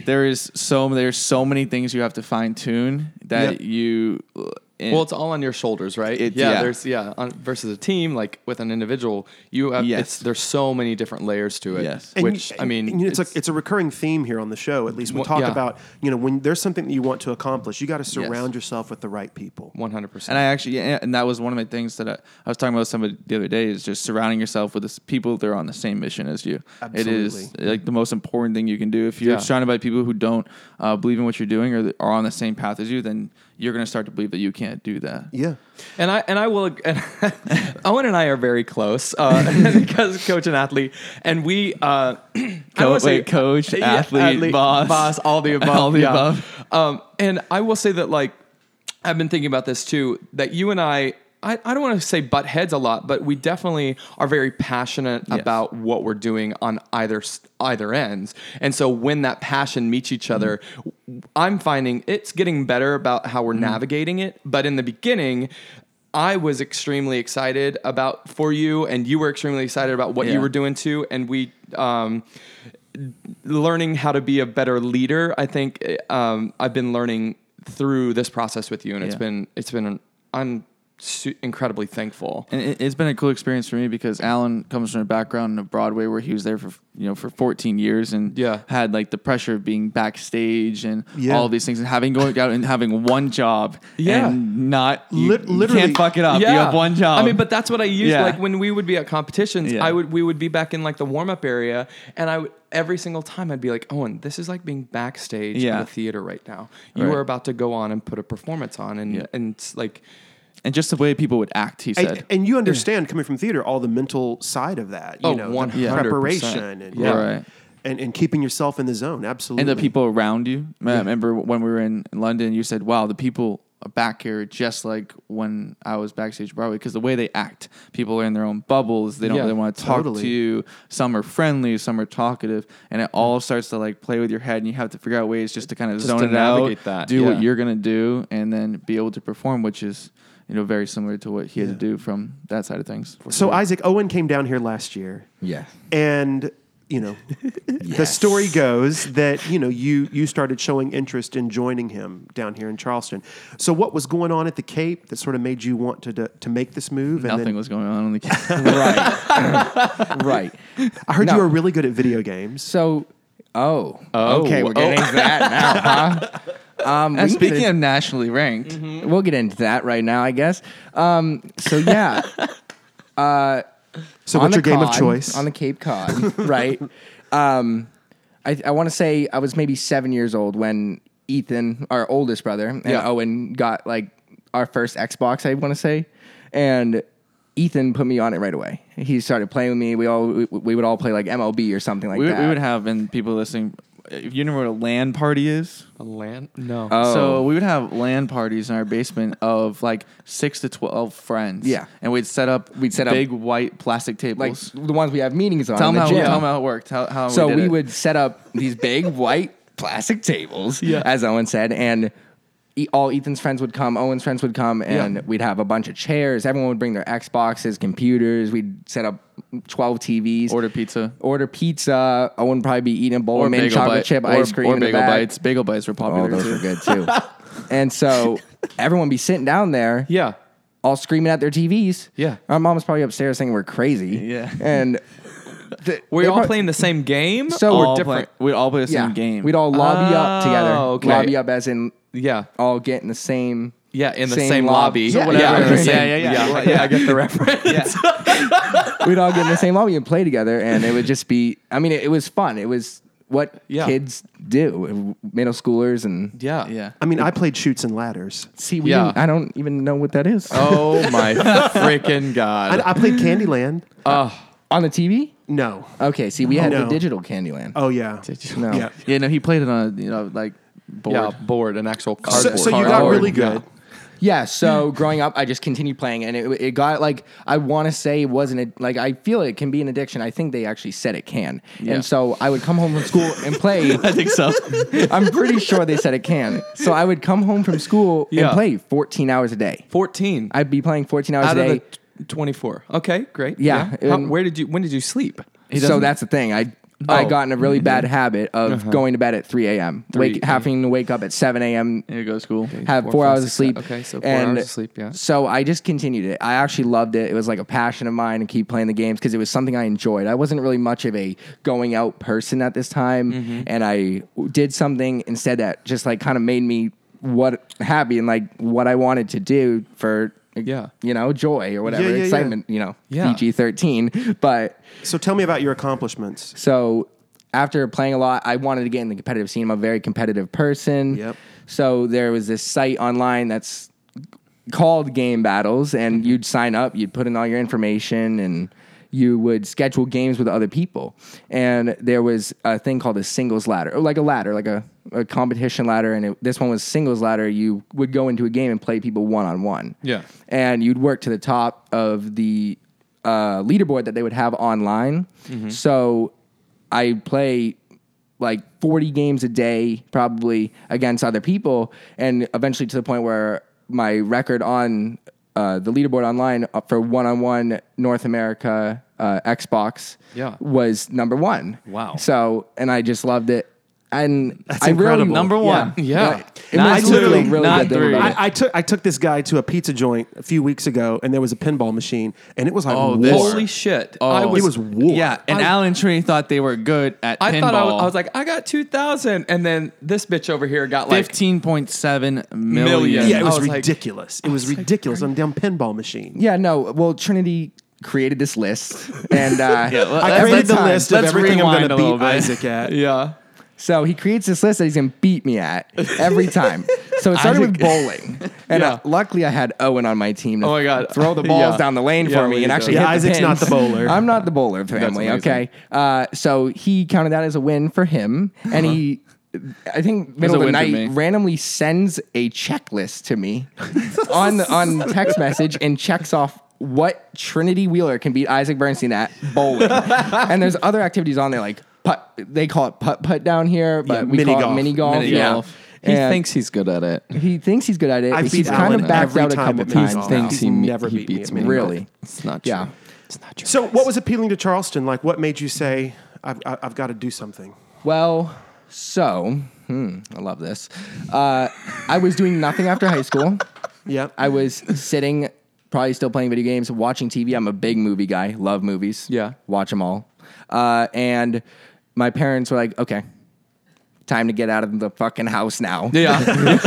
S3: there is so there's so many things you have to fine tune
S1: Yep.
S3: that you. and-
S2: Well, it's all on your shoulders, right?
S3: It-
S2: yeah,
S3: yeah.
S2: There's yeah. On, versus a team, like with an individual, you have,
S3: Yes.
S2: it's, there's so many different layers to it.
S3: Yes.
S1: And
S2: Which
S1: you-
S2: I mean,
S1: and it's, a it's a recurring theme here on the show. At least we
S2: Well,
S1: talk
S2: yeah.
S1: about you know when there's something that you want to accomplish, you got to surround yourself with the right people.
S2: one hundred percent.
S3: And I actually, yeah, and that was one of my things that I, I was talking about with somebody the other day is just surrounding yourself with this, people that are on the same mission as you. It
S1: Absolutely.
S3: is like the most important thing you can do. If you're
S2: Yeah.
S3: surrounded by people who don't uh, believe in what you're doing or that are on the same path as you, then you're going to start to believe that you can't do that.
S1: Yeah,
S2: And I and I will. And Owen and I are very close uh, because coach and athlete, and we. Uh, I
S3: Co-
S2: would say-
S3: wait, coach, athlete, boss.
S2: all the above,
S3: All the
S2: yeah.
S3: above.
S2: Um, and I will say that like I've been thinking about this too. That you and I. I, I don't want to say butt heads a lot, but we definitely are very passionate
S3: Yes.
S2: about what we're doing on either s- either ends. And so when that passion meets each other,
S3: Mm-hmm.
S2: w- I'm finding it's getting better about how we're navigating it. But in the beginning, I was extremely excited about for you, and you were extremely excited about what you
S3: Yeah.
S2: were doing too. And we um, learning how to be a better leader. I think um, I've been learning through this process with you, and it's
S3: Yeah.
S2: been it's been an, I'm su- incredibly thankful.
S3: And it, it's been a cool experience for me because Alan comes from a background of Broadway where he was there for you know for 14 years and
S2: Yeah.
S3: had like the pressure of being backstage and
S1: Yeah.
S3: all these things and having going out and having one job
S2: Yeah.
S3: and not you,
S1: Lit- literally-
S3: you can't fuck it up. You have one job.
S2: I mean, but that's what I used.
S3: Yeah.
S2: Like when we would be at competitions,
S3: Yeah.
S2: I would we would be back in like the warm up area, and I would every single time I'd be like, Owen, this is like being backstage
S3: Yeah.
S2: at a theater right now. You
S3: Right.
S2: are about to go on and put a performance on, and
S3: Yeah.
S2: and it's like
S3: and just the way people would act, he said.
S1: and, and you understand coming from theater all the mental side of that. You
S2: Oh,
S1: know, the
S2: 100%.
S1: preparation and
S2: Yeah.
S3: Right.
S1: and and keeping yourself in the zone. Absolutely,
S3: and the people around you. I remember when we were in London, you said, "Wow, the people back here are just like when I was backstage at Broadway because the way they act, people are in their own bubbles. They don't
S2: Yeah,
S3: really want to talk
S1: totally.
S3: to you. Some are friendly, some are talkative, and it all starts to like play with your head, and you have to figure out ways just to kind of zone
S2: to
S3: it out,
S2: navigate that,
S3: do
S2: yeah.
S3: what you're gonna do, and then be able to perform, which is you know very similar to what he had to do from that side of things.
S1: So Isaac Owen came down here last year.
S4: Yeah.
S1: and you know the story goes that you know you you started showing interest in joining him down here in Charleston. So what was going on at the Cape that sort of made you want to to, to make this move?
S3: Nothing was going on on the.
S4: Right. right.
S1: I heard
S4: No.
S1: you were really good at video games.
S4: So, oh. Okay, we're
S2: oh.
S4: getting into that now, huh? Um,
S3: And
S4: we can get
S3: speaking of nationally ranked,
S4: We'll get into that right now, I guess. Um, so yeah,
S1: So
S4: on
S1: what's
S4: the
S1: your game of
S4: Cod,
S1: choice?
S4: on the Cape Cod, right? Um, I, I want to say I was maybe seven years old when Ethan, our oldest brother, and
S2: Yeah.
S4: Owen got like our first Xbox. I want to say, and Ethan put me on it right away. He started playing with me. We all we, we would all play like MLB or something like
S3: we,
S4: that.
S3: we would have and people listening. If you know what a land party is,
S2: a land. No,
S3: So we would have LAN parties in our basement of like six to twelve friends.
S4: Yeah.
S3: and we'd set up
S4: We'd set up-
S3: big white plastic
S4: like
S3: tables.
S4: the ones we have meetings on.
S3: tell
S4: in
S3: them
S4: the
S3: how
S4: gym.
S3: tell 'em how it worked. How, how
S4: So
S3: Oh, did
S4: we
S3: it.
S4: would set up these big white plastic tables, as Owen said, and e- all Ethan's friends would come, Owen's friends would come, and we'd have a bunch of chairs. Everyone would bring their Xboxes, computers. We'd set up 12 TVs.
S3: order pizza
S4: Order pizza. Owen would probably be eating a bowl of mint chocolate
S3: bite-
S4: chip
S3: or-
S4: ice cream
S3: or
S4: in the
S3: bagel
S4: back.
S3: bites. Bagel bites were
S4: Oh,
S3: popular
S4: those
S3: too.
S4: were good too. and so everyone would be sitting down there
S2: yeah,
S4: all screaming at their TVs.
S2: Yeah.
S4: Our mom's probably upstairs saying we're crazy.
S3: Yeah.
S4: And th-
S2: we're
S4: they
S2: all
S4: prob-
S2: playing the same game.
S4: So
S2: or
S4: we're
S3: All
S2: different.
S3: play- we'd all play the same game.
S4: We'd all lobby up together.
S2: Oh, okay.
S4: Lobby up as in
S2: yeah,
S4: all get in the same.
S2: yeah, in the same, lobby.
S4: Yeah,
S2: yeah,
S4: whatever.
S2: the same-
S3: Yeah, yeah, yeah.
S2: I get the reference.
S4: We'd all get in the same lobby and play together, and it would just be. I mean, it, it was fun. It was what
S2: Yeah.
S4: kids do, middle schoolers, and
S2: Yeah,
S3: yeah.
S1: I mean, I played shoots and ladders.
S4: see, we
S2: Yeah.
S4: didn't- I don't even know what that is
S2: Oh my freaking
S1: I,
S2: god!
S1: I played Candyland.
S4: on the TV.
S1: No.
S4: Okay, see, we had
S1: No.
S4: the digital Candyland.
S1: Oh yeah.
S4: no.
S1: Yeah.
S3: Yeah, no, he played it on a, you know like board.
S2: Yeah, board, an actual
S1: So,
S2: cardboard.
S1: so you got
S4: Cardboard.
S1: really good.
S4: Yeah,
S2: Hmm.
S4: so growing up, I just continued playing, and it, it got like I want to say it wasn't a, like I feel it can be an addiction. I think they actually said it can, and so I would come home from school and play.
S2: I think so.
S4: I'm pretty sure they said it can. So I would come home from school
S2: Yeah.
S4: and play 14 hours a day.
S2: 14
S4: I'd be playing 14 hours
S2: out
S4: a
S2: of
S4: day.
S2: the t- 24. Okay, great.
S4: Yeah,
S2: How-
S4: and-
S2: where did you? When did you sleep?
S4: So that's the thing. I I
S2: Oh. Uh-huh.
S4: got in a really bad habit of going to bed at 3 a.m. Wake, having to wake up at 7 a.m.
S3: Here you go, school.
S4: Have
S2: four,
S4: four,
S2: five,
S4: hours of
S2: six, seven.
S4: sleep.
S2: Okay, so four hours of sleep, yeah.
S4: So I just continued it. I actually loved it. It was like a passion of mine to keep playing the games because it was something I enjoyed. I wasn't really much of a going out person at this time,
S2: Mm-hmm.
S4: and I w- did something instead that just like kind of made me what happy and like what I wanted to do for
S2: Yeah.
S4: you know joy or whatever
S1: yeah, yeah.
S4: excitement you know
S2: Yeah.
S4: PG thirteen, but.
S1: So tell me about your accomplishments.
S4: So after playing a lot, I wanted to get in the competitive scene. I'm a very competitive person.
S1: Yep.
S4: So there was this site online that's called Game Battles, and you'd sign up, you'd put in all your information, and you would schedule games with other people. And there was a thing called a singles ladder, or like a ladder, like a, a competition ladder. And it, this one was singles ladder. You would go into a game and play people one on one
S2: Yeah.
S4: and you'd work to the top of the uh, leaderboard that they would have online. So I play like 40 games a day, probably against other people, and eventually to the point where my record on uh, the leaderboard online uh, for one on one North America uh, Xbox
S2: Yeah.
S4: was number one.
S2: Wow.
S4: So, and I just loved it. And I
S1: incredible.
S4: really
S1: Number
S4: yeah,
S3: one.
S2: Yeah.
S4: It
S2: Not
S4: was literally
S2: two,
S4: really
S2: not
S4: good thing
S2: three.
S4: about it.
S1: I, I took I took this guy to a pizza joint a few weeks ago, and there was a pinball mane, and it was like war.
S3: this-
S2: Holy shit! I
S1: it was war.
S3: Oh. Yeah, and
S2: I-
S3: Alan Tree thought they were good at
S2: I
S3: pinball.
S2: thought I was, I was like, I got two thousand, and then this bitch over here got like
S3: fifteen point seven
S2: Million.
S3: million.
S1: yeah, it
S2: I
S1: was,
S2: was like-
S1: ridiculous. it was ridiculous. I'm down pinball machine.
S4: Yeah, no. Well, Trinity created this list, and uh,
S3: well,
S4: at
S1: I
S3: Let's-
S1: created
S4: that
S1: the
S4: time-
S1: list of
S3: let's
S1: everything I'm going
S3: rewind
S1: to
S3: a little
S1: beat
S3: bit.
S1: Isaac at.
S2: Yeah.
S4: So he creates this list that he's gonna beat me at every time. So it started with bowling, and
S2: Yeah.
S4: uh, luckily I had Owen on my team. To
S2: Oh my God.
S4: Throw the balls
S2: Yeah.
S4: down the lane
S2: Yeah,
S4: for
S2: we
S4: me
S2: do.
S4: and actually
S1: Yeah,
S4: hit the
S1: Isaac's
S4: pins.
S1: not the bowler.
S4: I'm not the bowler of the family.
S2: amazing.
S4: Okay, uh, so he counted that as a win for him, and he. I think middle of
S3: a
S4: the
S3: win for me.
S4: night randomly sends a checklist to me on the, on text message and checks off what Trinity Wheeler can beat Isaac Bernstein at bowling. and there's other activities on there like putt. They call it putt putt down here, but
S1: Yeah,
S4: we
S1: mini
S4: call
S1: golf.
S4: it mini golf.
S3: Mini
S4: yeah.
S3: golf.
S2: He
S4: And
S2: thinks he's good at it.
S4: he thinks he's good at it.
S1: I beat
S4: he's kind
S1: Alan
S4: of backed
S1: every
S4: out a
S1: time
S4: couple
S1: at mini
S4: times.
S1: golf.
S4: now.
S1: Thinks
S2: He's
S1: he never
S2: he
S1: beat me
S2: beats
S1: at
S2: me.
S1: pinball.
S4: Really?
S2: It's not true.
S4: Yeah.
S2: It's not true.
S1: So, what was appealing to Charleston? Like, what made you say, "I've, I- I've got to do something"?
S4: Well, so hmm, I love this. Uh, I was doing nothing after high school.
S1: Yeah,
S4: I was sitting, probably still playing video games, watching TV. I'm a big movie guy. Love movies.
S2: Yeah.
S4: watch them all. Uh, and my parents were like, "Okay, time to get out of the fucking house now."
S2: Yeah.
S4: I was
S2: can
S4: like,
S2: actually-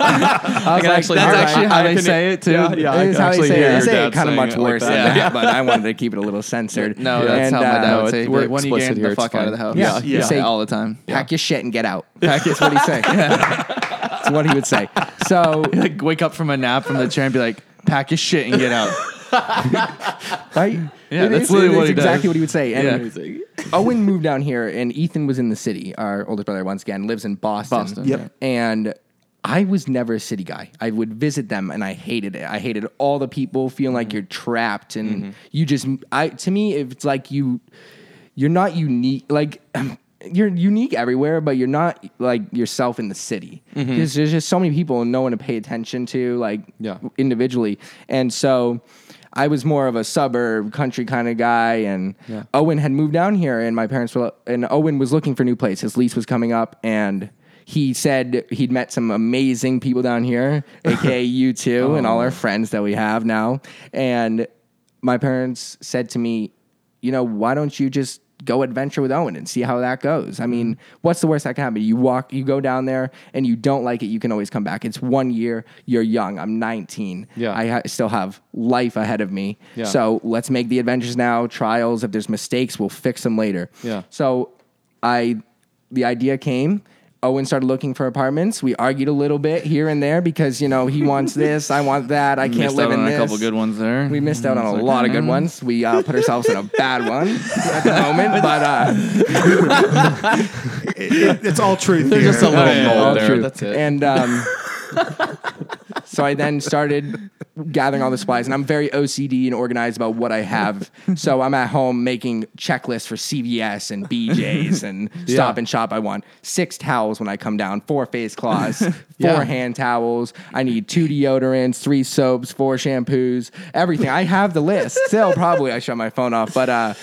S4: "All
S2: that's
S4: right."
S2: actually how I they can- say it, too. yeah, yeah, I
S4: It is
S2: can
S4: how they
S2: actually
S4: say
S2: hear
S4: it. I
S2: your
S4: say
S2: dad
S4: it kind of
S2: saying it
S4: much
S2: like
S4: worse than
S2: that.
S4: that, but I wanted to keep it a little censored.
S3: No, that's
S4: And,
S3: how my dad
S4: uh,
S3: would say.
S2: it-
S3: it.
S2: we're
S3: Like, when you
S2: explicit
S3: get
S2: here,
S3: the
S2: it's
S3: fuck out of the house.
S2: explicit.
S4: Yeah,
S3: Yeah,
S4: you
S3: yeah.
S4: say-
S3: all the time.
S4: pack your shit and get out. Pack is what he say. That's what he would say. So
S3: Like wake up from a nap from the chair and be like, pack your shit and get out.
S4: right,
S3: Yeah,
S4: It
S3: that's
S4: is-
S3: literally
S4: it is
S3: what he does.
S4: exactly what he would say. And
S3: yeah.
S4: Owen moved down here, and Ethan was in the city. Our older brother, once again, lives in Boston.
S3: Boston,
S1: Yep. yeah.
S4: And I was never a city guy. I would visit them, and I hated it. I hated all the people feeling
S2: Mm-hmm.
S4: like you're trapped, and you just. I to me, it's like you, you're not unique. Like. You're unique everywhere, but you're not like yourself in the city. 'Cause There's just so many people and no one to pay attention to. Like,
S2: Mm-hmm. Yeah.
S4: individually. And so I was more of a suburb country kind of guy and
S2: Yeah.
S4: Owen had moved down here and my parents were and Owen was looking for a new place. His lease was coming up and he said he'd met some amazing people down here, aka you two and all our friends that we have now. And my parents said to me, you know, why don't you just go adventure with Owen and see how that goes? I mean, what's the worst that can happen? You walk, you go down there and you don't like it, you can always come back. It's one year, you're young. I'm 19.
S2: Yeah.
S4: I ha- still have life ahead of me.
S2: Yeah.
S4: So let's make the adventures now, trials. If there's mistakes, we'll fix them later.
S2: Yeah.
S4: So I, the idea came. Owen started looking for apartments. We argued a little bit here and there because you know he wants this, I want that, I can't
S3: Missed
S4: live
S3: out
S4: in
S3: on
S4: this.
S3: a couple good ones there.
S4: We missed out on a
S3: It's like,
S4: lot of good
S3: mm.
S4: ones. We uh, put ourselves in a bad one at the moment, but uh,
S1: It- it- it's all truth.
S2: There's
S1: here.
S2: just a little
S3: yeah, yeah,
S2: mold
S3: all
S2: there.
S3: true.
S2: That's it.
S4: and um, So I then started gathering all the supplies, and I'm very OCD and organized about what I have. So I'm at home making checklists for CVS and BJ's and Stop and Shop. I want six towels when I come down, four face cloths, four
S2: Yeah.
S4: hand towels. I need two deodorants, three soaps, four shampoos, everything. I have the list still. Probably I shut my phone off, but uh,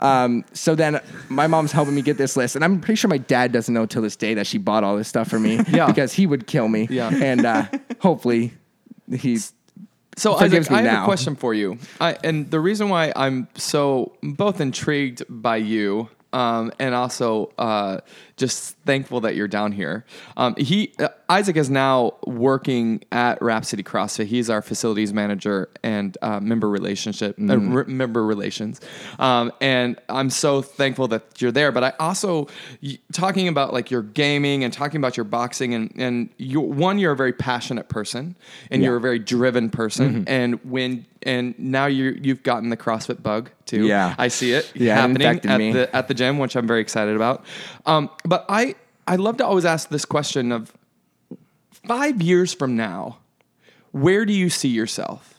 S4: um, so then my mom's helping me get this list, and I'm pretty sure my dad doesn't know till this day that she bought all this stuff for me
S2: Yeah.
S4: because he would kill me.
S2: Yeah.
S4: And uh, hopefully he
S2: So
S4: Forgives
S2: Isaac,
S4: me
S2: I have
S4: now.
S2: a question for you, I, and the reason why I'm so both intrigued by you um, and also uh, just thankful that you're down here. Um, he uh, Isaac is now working at Rhapsody CrossFit. He's our facilities manager and uh, member relationship uh, re- member relations, um, and I'm so thankful that you're there. But I also y- talking about like your gaming and talking about your boxing and and you one you're a very passionate person and you're a very driven person and when and now you you've gotten the CrossFit bug too.
S4: Yeah.
S2: I see it
S4: Yeah, it
S2: happening at
S4: infected me.
S2: the at the gym, which I'm very excited about. Um, but I I love to always ask this question of five years from now, where do you see yourself?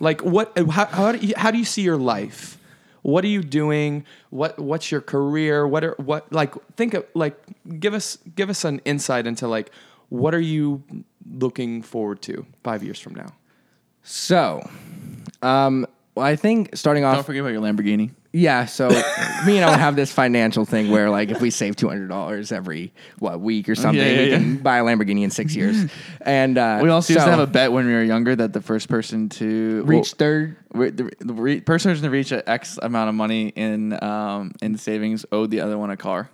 S2: Like what? How, how, do you, how do you see your life? What are you doing? What What's your career? What are what like? Think of like give us give us an insight into like what are you looking forward to five years from now?
S4: So, um, well, I think starting
S3: Don't
S4: off,
S3: forget about your Lamborghini.
S4: yeah. So me and I would have this financial thing where, like, if we save two hundred dollars every what week or something,
S3: yeah,
S4: we
S3: yeah.
S4: can buy a Lamborghini in six years. And uh,
S3: We also
S4: so,
S3: used to have a bet when we were younger that the first person to
S4: reach third.
S3: Re- the re- the re- person who's going to reach an X amount of money in um, in savings owed the other one a car.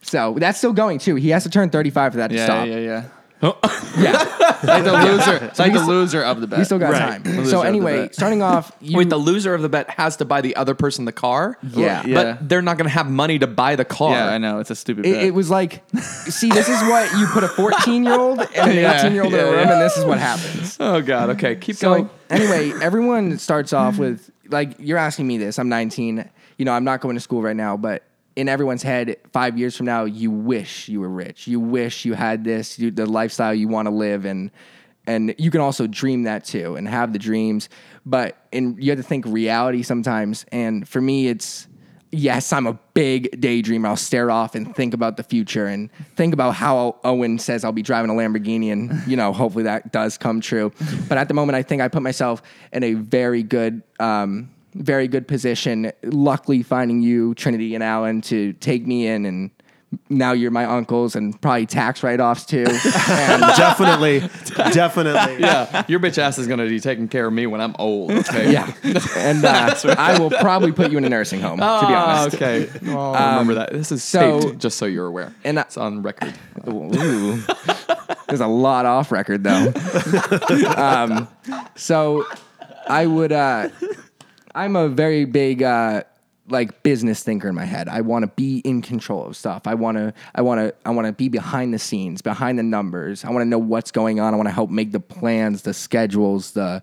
S4: So that's still going too. He has to turn thirty-five for that to
S3: Yeah,
S4: stop.
S3: yeah, yeah.
S4: yeah.
S3: Like the loser, like the loser of the bet.
S4: We still got time.
S3: Lose
S4: So
S3: out the
S4: anyway,
S3: bet.
S4: starting off, you,
S2: Wait, the loser of the bet has to buy the other person the car.
S4: Yeah.
S3: Yeah.
S2: but they're not going to have money to buy the car.
S3: Yeah, I know it's a stupid
S4: It,
S3: bet.
S4: it was like, see, this is what you put a 14 year old and an
S3: Yeah,
S4: 18 year old in a
S3: yeah,
S4: room,
S3: yeah.
S4: and this is what happens.
S2: Oh God. Okay, keep
S4: So,
S2: going.
S4: anyway, everyone starts off with, like, you're asking me this. I'm 19. You know, I'm not going to school right now, but in everyone's head, five years from now, you wish you were rich. You wish you had this, you, the lifestyle you want to live. And, and you can also dream that too and have the dreams. But in, you have to think reality sometimes. And for me, it's, yes, I'm a big daydreamer. I'll stare off and think about the future and think about how Owen says I'll be driving a Lamborghini and, you know, hopefully that does come true. But at the moment, I think I put myself in a very good, um, very good position. Luckily, finding you, Trinity, and Alan to take me in and now you're my uncles and probably tax write-offs too. And-
S1: definitely, definitely.
S2: yeah, your bitch ass is going to be taking care of me when I'm old. Okay.
S4: yeah. And uh, I will probably put you in a nursing home, to be
S2: Ah,
S4: honest.
S2: okay. I remember that. This is
S4: so-
S2: taped, just so you're aware.
S4: And I-
S2: it's on record.
S4: Ooh. There's a lot off record though. um, so I would uh, I'm a very big uh, like business thinker in my head. I want to be in control of stuff. I want to I want to I want to be behind the scenes, behind the numbers. I want to know what's going on. I want to help make the plans, the schedules, the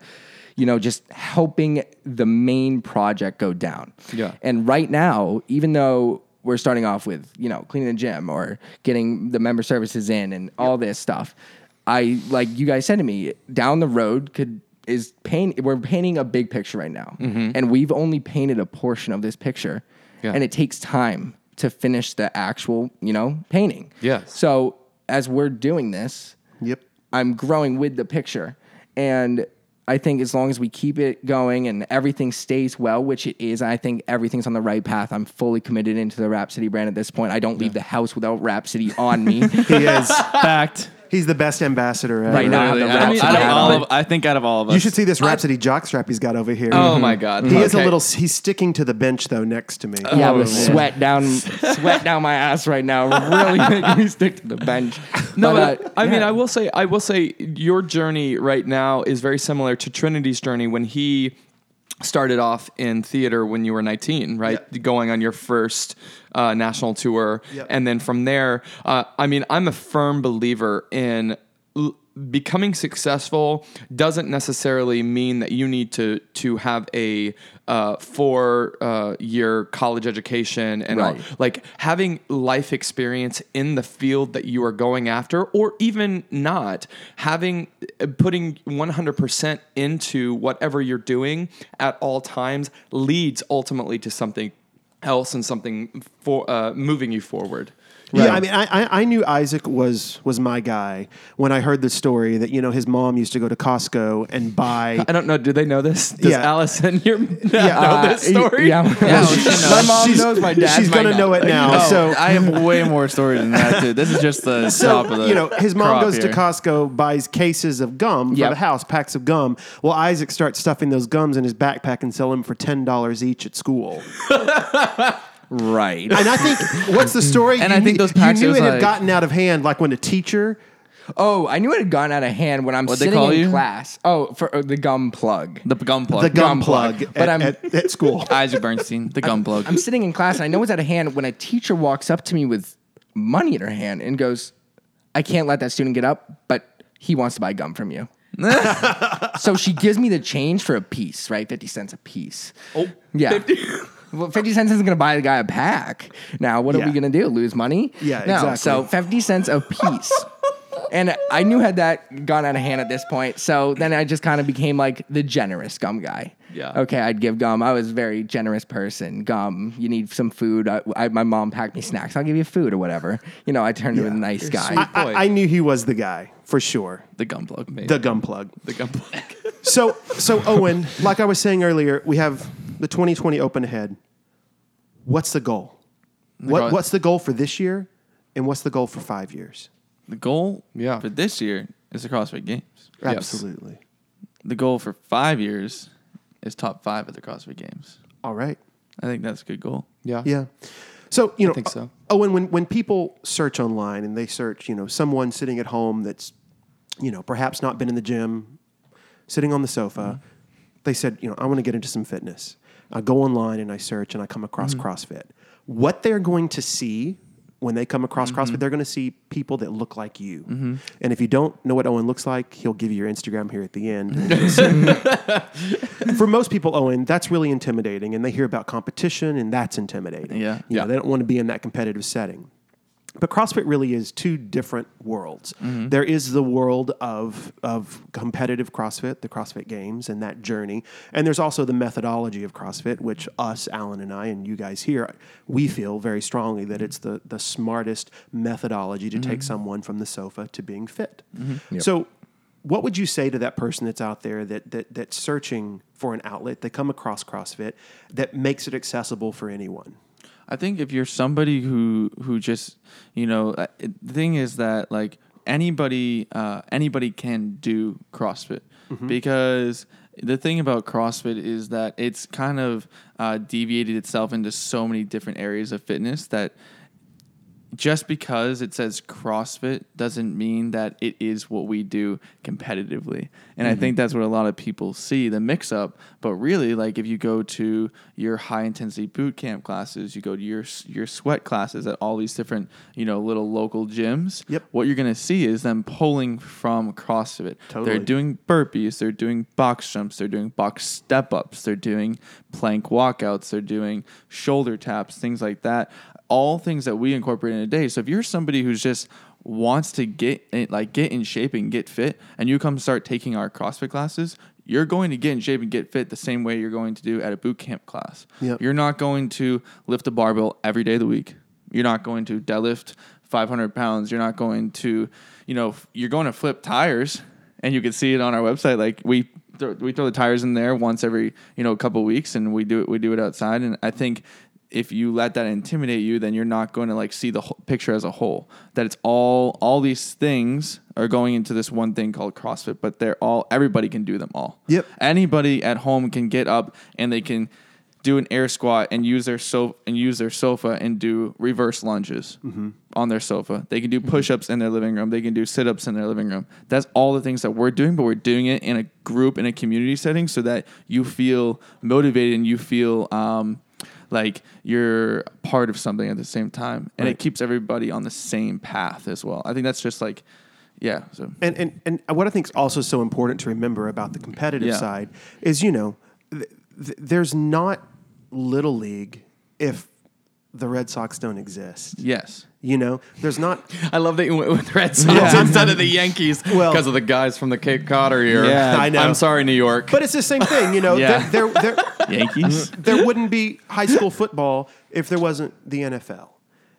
S4: you know, just helping the main project go down.
S2: Yeah.
S4: And right now, even though we're starting off with, you know, cleaning the gym or getting the member services in and all this stuff, I like you guys said to me, down the road could is paint we're painting a big picture right now. And we've only painted a portion of this picture.
S2: Mm-hmm. Yeah.
S4: And it takes time to finish the actual, you know, painting.
S2: Yes.
S4: So as we're doing this,
S1: Yep.
S4: I'm growing with the picture. And I think as long as we keep it going and everything stays well, which it is, I think everything's on the right path. I'm fully committed into the Rhapsody brand at this point. I don't leave the house without Rhapsody on me.
S1: He is.
S3: fact.
S1: He's the best ambassador ever.
S4: Right now.
S3: Literally,
S4: I have the
S3: out of-
S4: Rhapsody
S3: out of
S4: hat
S3: all
S4: on.
S3: of- I think out of all of us,
S1: You should see this Rhapsody jockstrap he's got over here.
S2: Oh my God.
S1: He is a
S2: Okay.
S1: little. He's sticking to the bench though, next to me.
S4: Yeah,
S2: Oh,
S4: with
S2: man.
S4: sweat down, sweat down my ass right now, really making me stick to the bench.
S2: No,
S4: But,
S2: but
S4: uh,
S2: I mean,
S4: yeah.
S2: I will say, I will say, your journey right now is very similar to Trinity's journey when he started off in theater when you were 19, right? Going on your first uh, national tour,
S1: Yep.
S2: and then from there, uh, I mean, I'm a firm believer in. l- becoming successful doesn't necessarily mean that you need to to have a uh, four uh, year college education and all.
S4: Right.
S2: like having life experience in the field that you are going after or even not having uh, putting 100% into whatever you're doing at all times leads ultimately to something else and something for uh, moving you forward
S1: Yeah, I mean, I, I I knew Isaac was was my guy when I heard the story that you know his mom used to go to Costco and buy.
S2: I don't know. Do they know this? Does
S1: Yeah.
S2: Allison, your
S1: Yeah.
S2: know
S1: Uh,
S2: this story?
S4: Yeah,
S3: Yeah, well, she
S4: my
S3: knows.
S4: mom
S1: She's-
S4: knows my dad.
S1: She's
S4: might
S1: gonna
S4: not.
S1: know it now.
S3: Oh,
S1: so
S3: I have way more stories than that too. This is just the
S1: So
S3: top of the.
S1: you know, his mom
S3: crop
S1: goes
S3: here.
S1: to Costco, buys cases of gum
S4: Yep.
S1: for the house, packs of gum. Well, Isaac starts stuffing those gums in his backpack and sell them for ten dollars each at school.
S4: Right.
S1: And I think what's the story?
S3: And
S1: You
S3: I think
S1: knew-
S3: those packs,
S1: you
S3: it
S1: knew
S3: was
S1: it had
S3: like-
S1: gotten out of hand, like when a teacher.
S4: Oh, I knew it had gone out of hand when I'm
S3: What'd they
S4: sitting
S3: call
S4: in
S3: you?
S4: class. Oh, for uh, the gum plug.
S3: The gum plug.
S1: The gum, plug,
S4: But
S1: at,
S4: I'm-
S1: at, at school.
S3: Isaac Bernstein. The gum plug.
S4: I'm sitting in class and I know it's out of hand when a teacher walks up to me with money in her hand and goes, I can't let that student get up, but he wants to buy gum from you. so she gives me the change for a piece, right? 50 cents a piece.
S2: Oh,
S4: Yeah. Well, 50 cents isn't going to buy the guy a pack. Now, what are
S1: Yeah.
S4: we going to do? Lose money?
S1: Yeah,
S4: no.
S1: exactly.
S4: So 50 cents a piece. and I knew had that gone out of hand at this point. So then I just kind of became like the generous gum guy.
S2: Yeah.
S4: Okay, I'd give gum. I was a very generous person. Gum, you need some food. I, I, my mom packed me snacks. I'll give you food or whatever. You know, I turned into a nice guy.
S1: I, I, I knew he was the guy for sure.
S3: the gum plug. Maybe.
S1: The gum plug.
S2: the gum plug.
S1: So, so Owen, like I was saying earlier, we have the 2020 open ahead. What's the goal? What,
S3: goal-
S1: what's the goal for this year, and what's the goal for five years?
S3: The goal.
S2: Yeah.
S3: For this year is the CrossFit Games.
S2: Yes.
S1: Absolutely.
S3: The goal for five years is top five at the CrossFit Games.
S1: All right.
S3: I think that's a good goal.
S2: Yeah.
S1: Yeah. So you know,
S2: think so.
S1: Owen, when when people search online and they search, you know, someone sitting at home that's, you know, perhaps not been in the gym, sitting on the sofa,
S2: Mm-hmm.
S1: they said, you know, I want to get into some fitness. I go online and I search and I come across
S2: Mm-hmm.
S1: CrossFit. What they're going to see when they come across
S2: Mm-hmm.
S1: CrossFit, they're going to see people that look like you. And if you don't know what Owen looks like, he'll give you your Instagram here at the end. For most people, Owen, that's really intimidating, and they hear about competition, and that's intimidating.
S3: Yeah.
S1: You know,
S2: Yeah.
S1: they don't want to be in that competitive setting. But CrossFit really is two different worlds. There is the world of of competitive CrossFit, the CrossFit Games, and that journey, and there's also the methodology of CrossFit, which us, Alan and I, and you guys here, we feel very strongly that it's the the smartest methodology to take someone from the sofa to being fit. So. What would you say to that person that's out there that, that that's searching for an outlet? They come across CrossFit that makes it accessible for anyone.
S3: I think if you're somebody who who just you know uh, it- the thing is that like anybody uh, anybody can do CrossFit because the thing about CrossFit is that it's kind of uh, deviated itself into so many different areas of fitness that just because it says CrossFit doesn't mean that it is what we do competitively. And I
S1: Mm-hmm.
S3: think that's what a lot of people see the mix up. But really, like if you go to your high intensity boot camp classes, you go to your your sweat classes at all these different you know little local gyms.
S1: Yep.
S3: What you're gonna see is them pulling from CrossFit.
S1: Totally.
S3: They're doing burpees. They're doing box jumps. They're doing box step ups. They're doing plank walkouts. They're doing shoulder taps, things like that. All things that we incorporate in a day. So if you're somebody who's just wants to get in, like get in shape and get fit, and you come start taking our CrossFit classes, you're going to get in shape and get fit the same way you're going to do at a boot camp class.
S1: Yep.
S3: You're not going to lift a barbell every day of the week. You're not going to deadlift 500 pounds. You're not going to, you know, f- you're going to flip tires, and you can see it on our website. Like we throw, we throw the tires in there once every you know couple weeks, and we do it we do it outside. And I think if you let that intimidate you, then you're not going to like see the whole picture as a whole. That it's all all these things are going into this one thing called CrossFit, but they're all everybody can do them all.
S1: Yep.
S3: Anybody at home can get up and they can do an air squat and use their so and use their sofa and do reverse lunges on their sofa. They can do push-ups in their living room. They can do sit-ups in their living room. That's all the things that we're doing, but we're doing it in a group in a community setting so that you feel motivated and you feel um, like you're part of something at the same time, and it keeps everybody on the same path as well. I think that's just like yeah. So
S1: And, and and what I think is also so important to remember about the competitive
S3: Yeah.
S1: side is you know th- th- there's not little league if the Red Sox don't exist.
S3: yes,
S1: You know, there's not
S2: I love that you went with Red Sox
S1: Yeah.
S2: instead of the Yankees because
S1: Well-
S2: of the guys from the Cape Cod are here.
S1: Yeah. I know.
S2: I'm sorry, New York.
S1: But it's the same thing, you know.
S3: Yeah.
S1: there, there, there,
S3: Yankees.
S1: there wouldn't be high school football if there wasn't the NFL.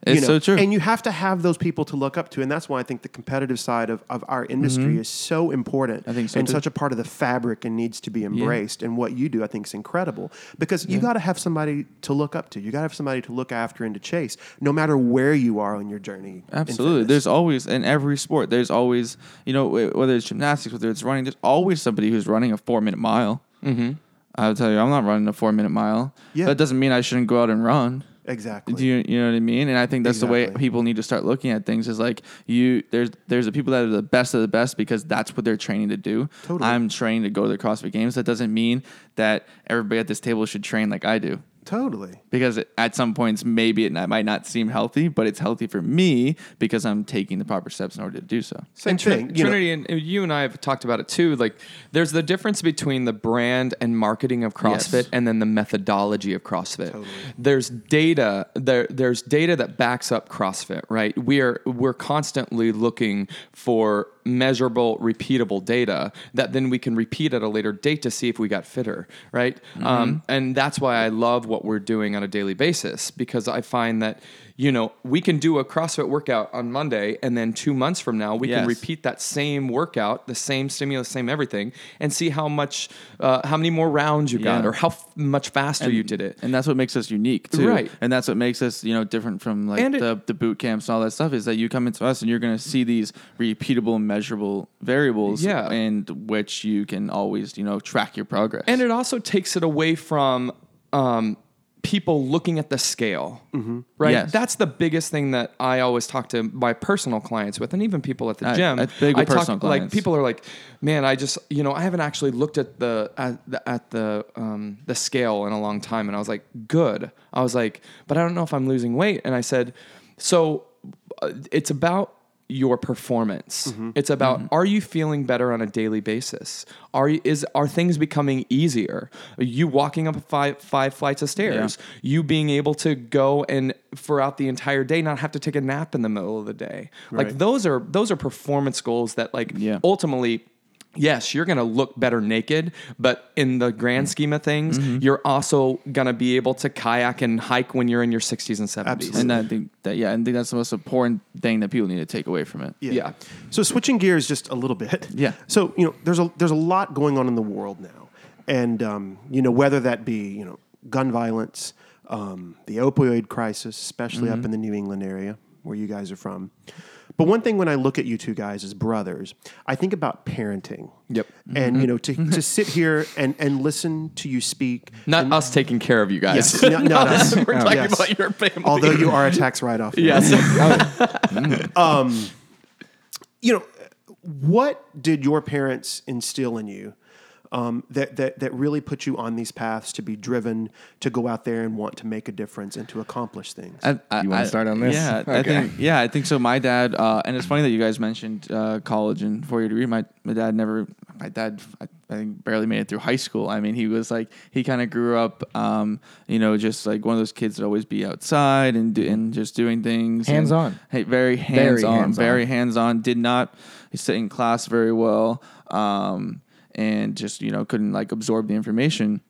S3: It's so true.
S1: And you have to have those people to look up to. And that's why I think the competitive side of, of our industry is so important
S3: Mm-hmm. I think so,
S1: and
S3: too.
S1: such a part of the fabric and needs to be embraced. And what you do, I think, is incredible because you got to have somebody to look up to. You got to have somebody to look after and to chase, no matter where you are on your journey. in
S3: Absolutely.
S1: fitness.
S3: There's always in every sport. There's always you know wh- whether it's gymnastics, whether it's running. There's always somebody who's running a four minute mile. Mm-hmm. I'll tell you, I'm not running a four minute mile.
S1: Yeah.
S3: That doesn't mean I shouldn't go out and run.
S1: exactly.
S3: Do you you know what I mean? And I think that's the way
S1: Exactly.
S3: people need to start looking at things. Is like you there's there's the people that are the best of the best because that's what they're training to do.
S1: Totally.
S3: I'm trained to go to the CrossFit Games. That doesn't mean that everybody at this table should train like I do
S1: totally.
S3: because at some points maybe it not- might not seem healthy, but it's healthy for me because I'm taking the proper steps in order to do so.
S1: Same
S2: and Trin-
S1: thing. you know.
S2: Trinity and you and I have talked about it too. Like, there's the difference between the brand and marketing of CrossFit
S3: Yes.
S2: and then the methodology of CrossFit. There's data. There, there's data that backs up CrossFit. Right? We are we're constantly looking for measurable, repeatable data that then we can repeat at a later date to see if we got fitter. Right?
S1: Mm-hmm.
S2: Um, and that's why I love what we're doing on a daily basis because I find that you know we can do a CrossFit workout on Monday and then two months from now we can
S3: Yes.
S2: repeat repeat that same workout, the same stimulus, same everything, and see how much, uh, how many more rounds you got,
S3: Yeah.
S2: or how f- much faster you did it.
S3: And that's what makes us unique too.
S2: Right.
S3: And that's what makes us, you know, different from like
S2: And it-
S3: the, the boot camps and all that stuff is that you come into us and you're gonna see these repeatable, measurable variables
S2: Yeah.
S3: and which you can always, you know, track your progress.
S2: And it also takes it away from um, people looking at the scale, right?
S3: Mm-hmm. Yes.
S2: That's the biggest thing that I always talk to my personal clients with, and even people at the
S3: I-
S2: gym.
S3: I big with personal
S2: like
S3: clients.
S2: people are like, "Man, I just you know I haven't actually looked at the at the at the, um, the scale in a long time," and I was like, "Good." I was like, "But I don't know if I'm losing weight," and I said, "So uh, it's about." your performance it's about are you feeling better on a daily basis are you, is are things becoming easier Are you walking up five five flights of stairs you being able to go and throughout the entire day not have to take a nap in the middle of the day like
S1: Right.
S2: those are those are performance goals that like
S3: Yeah.
S2: ultimately yes you're going to look better naked but in the grand scheme of things
S1: Mm-hmm.
S2: you're also going to be able to kayak and hike when you're in your 60s and 70s
S1: Absolutely.
S3: and I think that yeah, and I think that's the most important thing that people need to take away from it.
S1: Yeah.
S2: Yeah.
S1: So switching gears just a little bit.
S3: Yeah.
S1: So you know, there's a there's a lot going on in the world now, and um, you know whether that be you know gun violence, um, the opioid crisis, especially
S2: Mm-hmm.
S1: up in the New England area where you guys are from. But one thing when I look at you two guys as brothers, I think about parenting.
S2: Yep. Mm-hmm.
S1: And you know to, to sit here and and listen to you speak.
S2: not us taking care of you guys
S1: Yes. No, no, no.
S2: We're talking
S1: Yes.
S2: about your family.
S1: Although you are a tax write off.
S2: yes,
S1: you know, what did your parents instill in you um, that, that, that really put you on these paths to be driven, to go out there and want to make a difference and to accomplish things?
S3: I, I,
S4: You wanna
S3: I-
S4: start on this?
S3: Yeah, I
S4: Okay.
S3: think yeah, I think so. My dad, uh, and it's funny that you guys mentioned uh, college and four year degree. My my dad never, my dad, I, I think barely made it through high school. I mean, he was like he kind of grew up, um, you know, just like one of those kids that always be outside and do, and just doing things and-
S4: Hands-on.
S3: Hey, very hands on,
S4: hands-on.
S3: very hands on. Did not sit in class very well, um, and just you know couldn't like absorb the information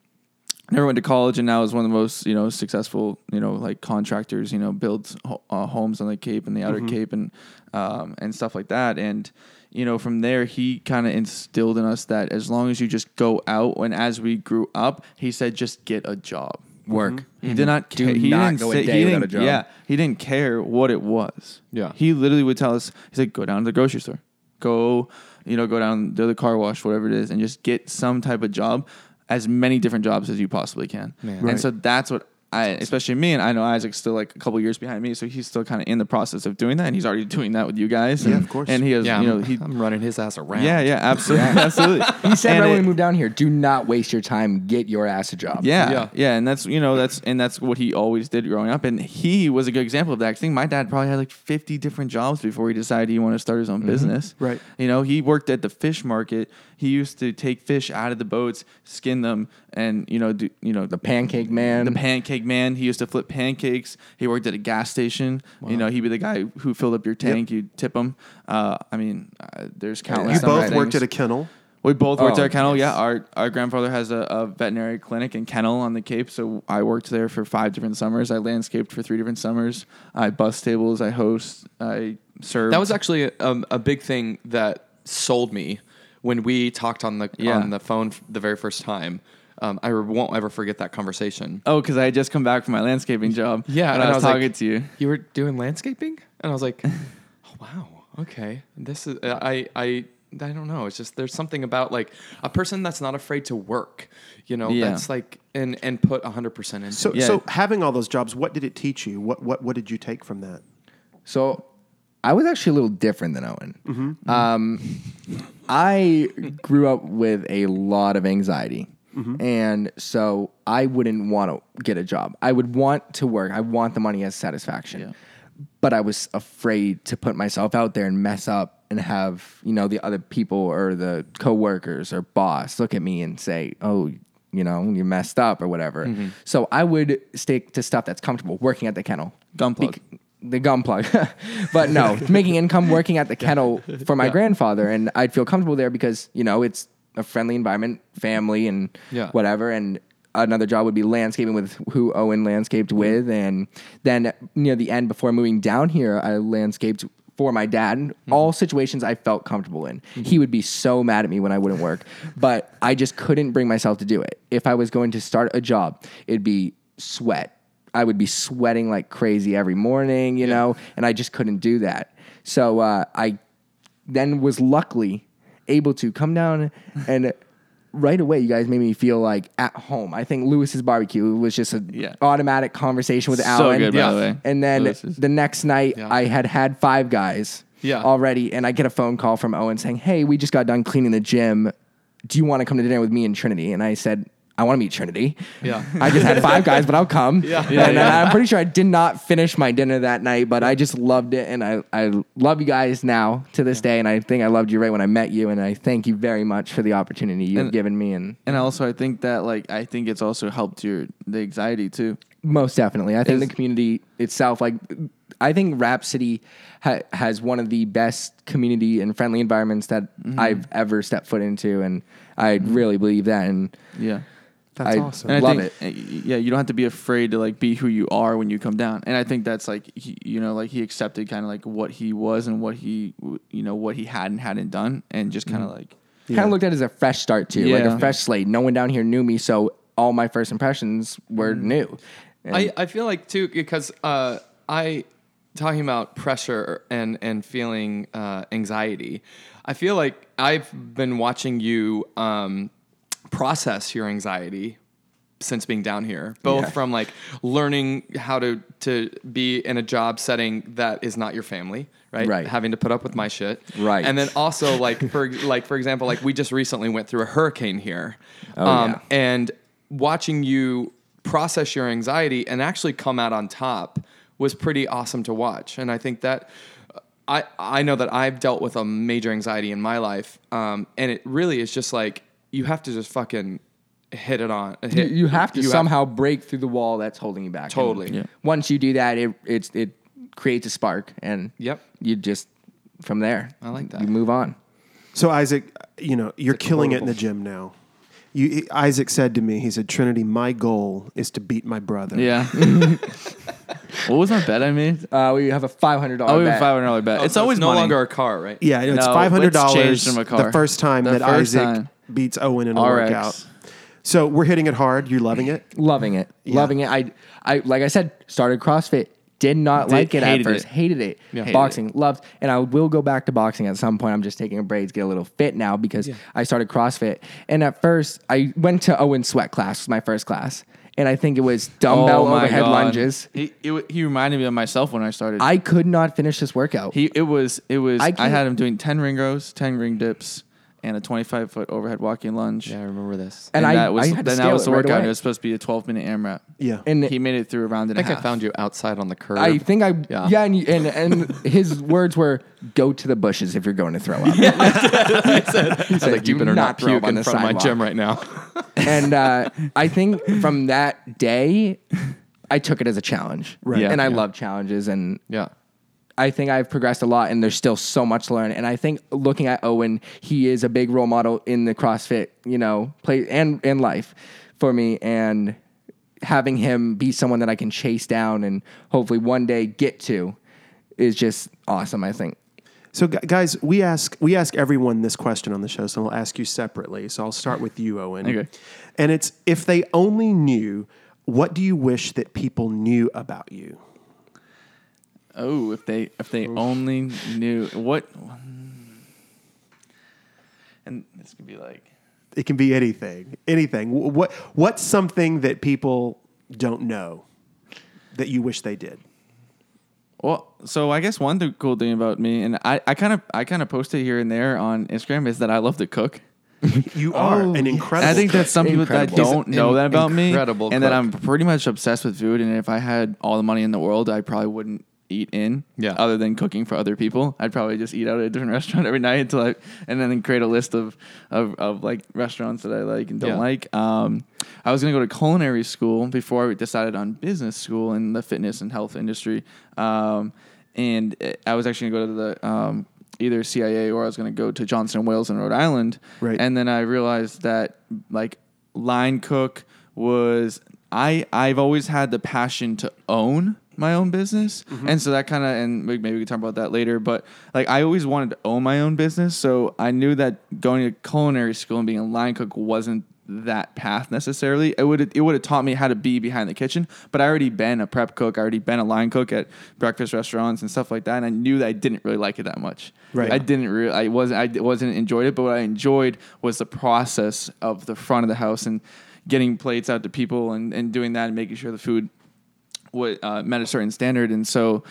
S3: never went to college and now is one of the most you know successful you know like contractors you know builds ho- uh, homes on the cape and the
S4: Mm-hmm.
S3: outer cape and um, and stuff like that and you know from there he kind of instilled in us that as long as you just go out and as we grew up he said just get a job
S4: Work.
S3: he did not
S4: Mm-hmm. Do
S3: care. He
S4: not
S3: didn't
S4: go a
S3: say,
S4: day
S3: he
S4: without
S3: didn't,
S4: a job.
S3: Yeah, he didn't care what it was.
S2: Yeah.
S3: he literally would tell us. He said, "Go down to the grocery store, go, you know, go down to the car wash, whatever it is, and just get some type of job, as many different jobs as you possibly can." And so that's what I, especially me, and I know Isaac's still like a couple years behind me, so he's still kind of in the process of doing that, and he's already doing that with you guys. Yeah,
S1: of course.
S3: And he has,
S2: Yeah,
S3: you know,
S2: I'm,
S3: he,
S2: I'm running his ass around.
S3: yeah, yeah, absolutely, absolutely.
S4: He said
S3: And
S4: right
S3: it-
S4: when we moved down here, do not waste your time. Get your ass a job.
S3: Yeah,
S2: Yeah.
S3: yeah, and that's you know that's and that's what he always did growing up, and he was a good example of that. 'Cause I think my dad probably had like fifty different jobs before he decided he wanted to start his own business.
S1: Right.
S3: You know, he worked at the fish market. He used to take fish out of the boats, skin them, and you know do you know
S4: The pancake man.
S3: the pancake man. He used to flip pancakes. He worked at a gas station. You know, he'd be the guy who filled up your tank. You'd tip him. Uh, I mean, uh, there's countless.
S1: You
S4: Some
S1: both
S3: things.
S1: worked at a kennel.
S3: We both worked
S4: Oh,
S3: at a kennel. Yeah, our our grandfather has a, a veterinary clinic and kennel on the Cape, so I worked there for five different summers. I landscaped for three different summers. I bus tables. I host. I serve.
S2: That was actually um, a big thing that sold me when we talked on the
S3: Yeah.
S2: on the phone f- the very first time. Um, I re- won't ever forget that conversation.
S3: oh, because I had just come back from my landscaping job. and, I, was,
S2: like,
S3: talking to you.
S2: You were doing landscaping, and I was like, oh, "Wow, okay, this is uh, I I." I don't know. It's just there's something about like a person that's not afraid to work, you know,
S3: Yeah.
S2: that's like and and put 100% into
S1: So,
S2: it.
S3: Yeah.
S1: so having all those jobs, what did it teach you? What what what did you take from that?
S4: So I was actually a little different than Owen. Um, I grew up with a lot of anxiety. And so I wouldn't want to get a job. I would want to work. I want the money as satisfaction. But I was afraid to put myself out there and mess up and have, you know, the other people or the coworkers or boss look at me and say, "Oh, you know, you messed up or whatever." So I would stick to stuff that's comfortable, working at the kennel,
S3: Gun plug.
S4: the gum plug. but no, making income working at the kennel for my grandfather. And I'd feel comfortable there because, you know, it's a friendly environment, family, and
S2: Yeah.
S4: whatever. And another job would be landscaping with who Owen landscaped with. And then near the end, before moving down here, I landscaped for my dad. All situations I felt comfortable in. He would be so mad at me when I wouldn't work, but I just couldn't bring myself to do it. If I was going to start a job, it'd be sweat. I would be sweating like crazy every morning, you know, and I just couldn't do that. So uh, I then was luckily able to come down and right away you guys made me feel like at home. I think Lewis's barbecue was just an
S3: Yeah.
S4: automatic conversation with
S3: So
S4: Alan.
S3: good, by the Yeah. way.
S4: And then
S3: Lewis's.
S4: the next night I had had five guys
S2: Yeah.
S4: already and I get a phone call from Owen saying, "Hey, we just got done cleaning the gym. Do you want to come to dinner with me and Trinity?" And I said, I want to meet Trinity.
S2: Yeah.
S4: I just had five guys, but I'll come. Yeah. And, then I'm pretty sure I did not finish my dinner that night, but I just loved it. And I, I love you guys now to this day. And I think I loved you right when I met you. And I thank you very much for the opportunity you've
S3: And-
S4: given me. And
S3: And also, I think that like I think it's also helped your the anxiety too.
S4: most definitely, I think
S3: Is-
S4: the community itself, like, I think Rhapsody ha- has one of the best community and friendly environments that I've ever stepped foot into. And I really believe that. And
S3: Yeah.
S1: That's
S4: I-
S1: awesome.
S4: and I- Love
S3: think, it. Yeah, you don't have to be afraid to like be who you are when you come down. And I think that's like he, you know, like he accepted kind of like what he was and what he w- you know what he had and hadn't done, and just
S4: Mm-hmm.
S3: kind of like
S4: kind of looked at it as a fresh start too, like
S3: Yeah.
S4: a fresh slate. No one down here knew me, so all my first impressions were new. And
S2: I, I feel like too because uh, I talking about pressure and and feeling uh, anxiety. I feel like I've been watching you um, process your anxiety since being down here, both from like learning how to to be in a job setting that is not your family, right?
S4: Right.
S2: Having to put up with my shit,
S4: Right.
S2: And then also like for like for example, like we just recently went through a hurricane here,
S4: Oh,
S2: Um,
S4: yeah.
S2: and watching you process your anxiety and actually come out on top was pretty awesome to watch. And I think that I I know that I've dealt with a major anxiety in my life, um, and it really is just like you have to just fucking hit it on. Hit,
S4: you, you have to somehow break through the wall that's holding you back. And
S2: Totally. Yeah.
S4: Once you do that, it it's, it creates a spark, and
S2: Yep.
S4: you just from there. I
S2: like that.
S4: You move on.
S1: So Isaac, you know, you're killing it in the gym now. You, Isaac said to me, he said, Trinity, my goal is to beat my brother.
S3: yeah. what was my bet? I made
S4: Uh, we have a five hundred
S3: oh, we
S4: dollar
S3: have
S4: bet.
S3: five hundred dollar bet.
S2: Oh,
S3: it's
S2: so
S3: always
S2: no
S3: money.
S2: longer a car, right?
S1: Yeah, it's
S3: No,
S1: five hundred
S3: let's
S1: dollars
S3: change from a car.
S1: the first time
S3: The
S1: that
S3: first
S1: Isaac
S3: time.
S1: beats Owen in a
S3: RX.
S1: workout. So we're hitting it hard. You're loving it.
S4: loving it, loving it. I, I like I said, started CrossFit. Did not
S3: Did-
S4: like it at
S3: hated
S4: first.
S3: it.
S4: Hated it.
S3: Hated
S4: boxing loved, and I will go back to boxing at some point. I'm just taking a break to get a little fit now because I started CrossFit. And at first, I went to Owen Sweat class, was my first class, and I think it was
S3: Oh
S4: dumbbell overhead lunges.
S3: He, it, wa- he reminded me of myself when I started.
S4: I could not finish this workout.
S3: he it was it was
S4: I
S3: I,
S4: can't-
S3: had him doing ten ring rows, ten ring dips, and a twenty five foot overhead walking lunge.
S2: Yeah, I remember this.
S4: and I,
S3: that was
S4: I had to
S3: then
S4: scale
S3: that was
S4: it
S3: the
S4: right
S3: workout.
S4: away.
S3: It was supposed to be a twelve minute AMRAP.
S1: Yeah.
S4: and
S3: He made it through a round and
S2: I
S3: a
S2: think
S3: half.
S2: I found you outside on the curb.
S4: I think I yeah,
S2: Yeah.
S4: and, you- and and his words were go to the bushes if you're going to throw up.
S2: I was like,
S4: "Do
S2: you better not,
S4: not throw
S2: puke
S4: up on
S2: in
S4: the
S2: front of my
S4: sidewalk."
S2: gym right now.
S4: and uh, I think from that day, I took it as a challenge. Right.
S2: Yeah,
S4: and I
S2: yeah.
S4: love challenges, and
S2: yeah.
S4: I think I've progressed a lot, and there's still so much to learn. And I think looking at Owen, he is a big role model in the CrossFit, you know, play and and life for me, and having him be someone that I can chase down and hopefully one day get to is just awesome. I think.
S1: So gu- guys, we ask we ask everyone this question on the show, so we'll ask you separately. So I'll start with you, Owen.
S3: Okay.
S1: And it's if they only knew, what do you wish that people knew about you?
S3: Oh, if they if they only knew what. And this could be like
S1: It can be anything. Anything. Wh- What what's something that people don't know that you wish they did?
S3: Well, so I guess one th- cool thing about me, and I I kind of I kind of post it here and there on Instagram, is that I love to cook.
S1: You are an
S3: And
S1: incredible.
S3: I think that some people that
S4: Incredible.
S3: don't
S2: He's
S3: know
S2: an
S3: that about me,
S2: incredible
S3: and that
S2: cook.
S3: I'm pretty much obsessed with food. And if I had all the money in the world, I probably wouldn't eat in.
S2: Yeah.
S3: Other than cooking for other people, I'd probably just eat out at a different restaurant every night until I, and then create a list of of, of like restaurants that I like and don't
S2: Yeah.
S3: like. Um, I was gonna go to culinary school before I decided on business school in the fitness and health industry. Um, and eh, I was actually gonna go to the um, either CIA or I was gonna go to Johnson and Wales in Rhode Island.
S1: Right.
S3: And then I realized that like line cook was I I've always had the passion to own my own business. And so that kind of and we- maybe we can talk about that later, but like I always wanted to own my own business, so I knew that going to culinary school and being a line cook wasn't that path necessarily. It would it would have taught me how to be behind the kitchen, but I already been a prep cook, I already been a line cook at breakfast restaurants and stuff like that, and I knew that I didn't really like it that much.
S1: Right.
S3: I didn't really I wasn't I d- wasn't enjoyed it, but what I enjoyed was the process of the front of the house and getting plates out to people and, and doing that and making sure the food what uh, met a certain standard. And so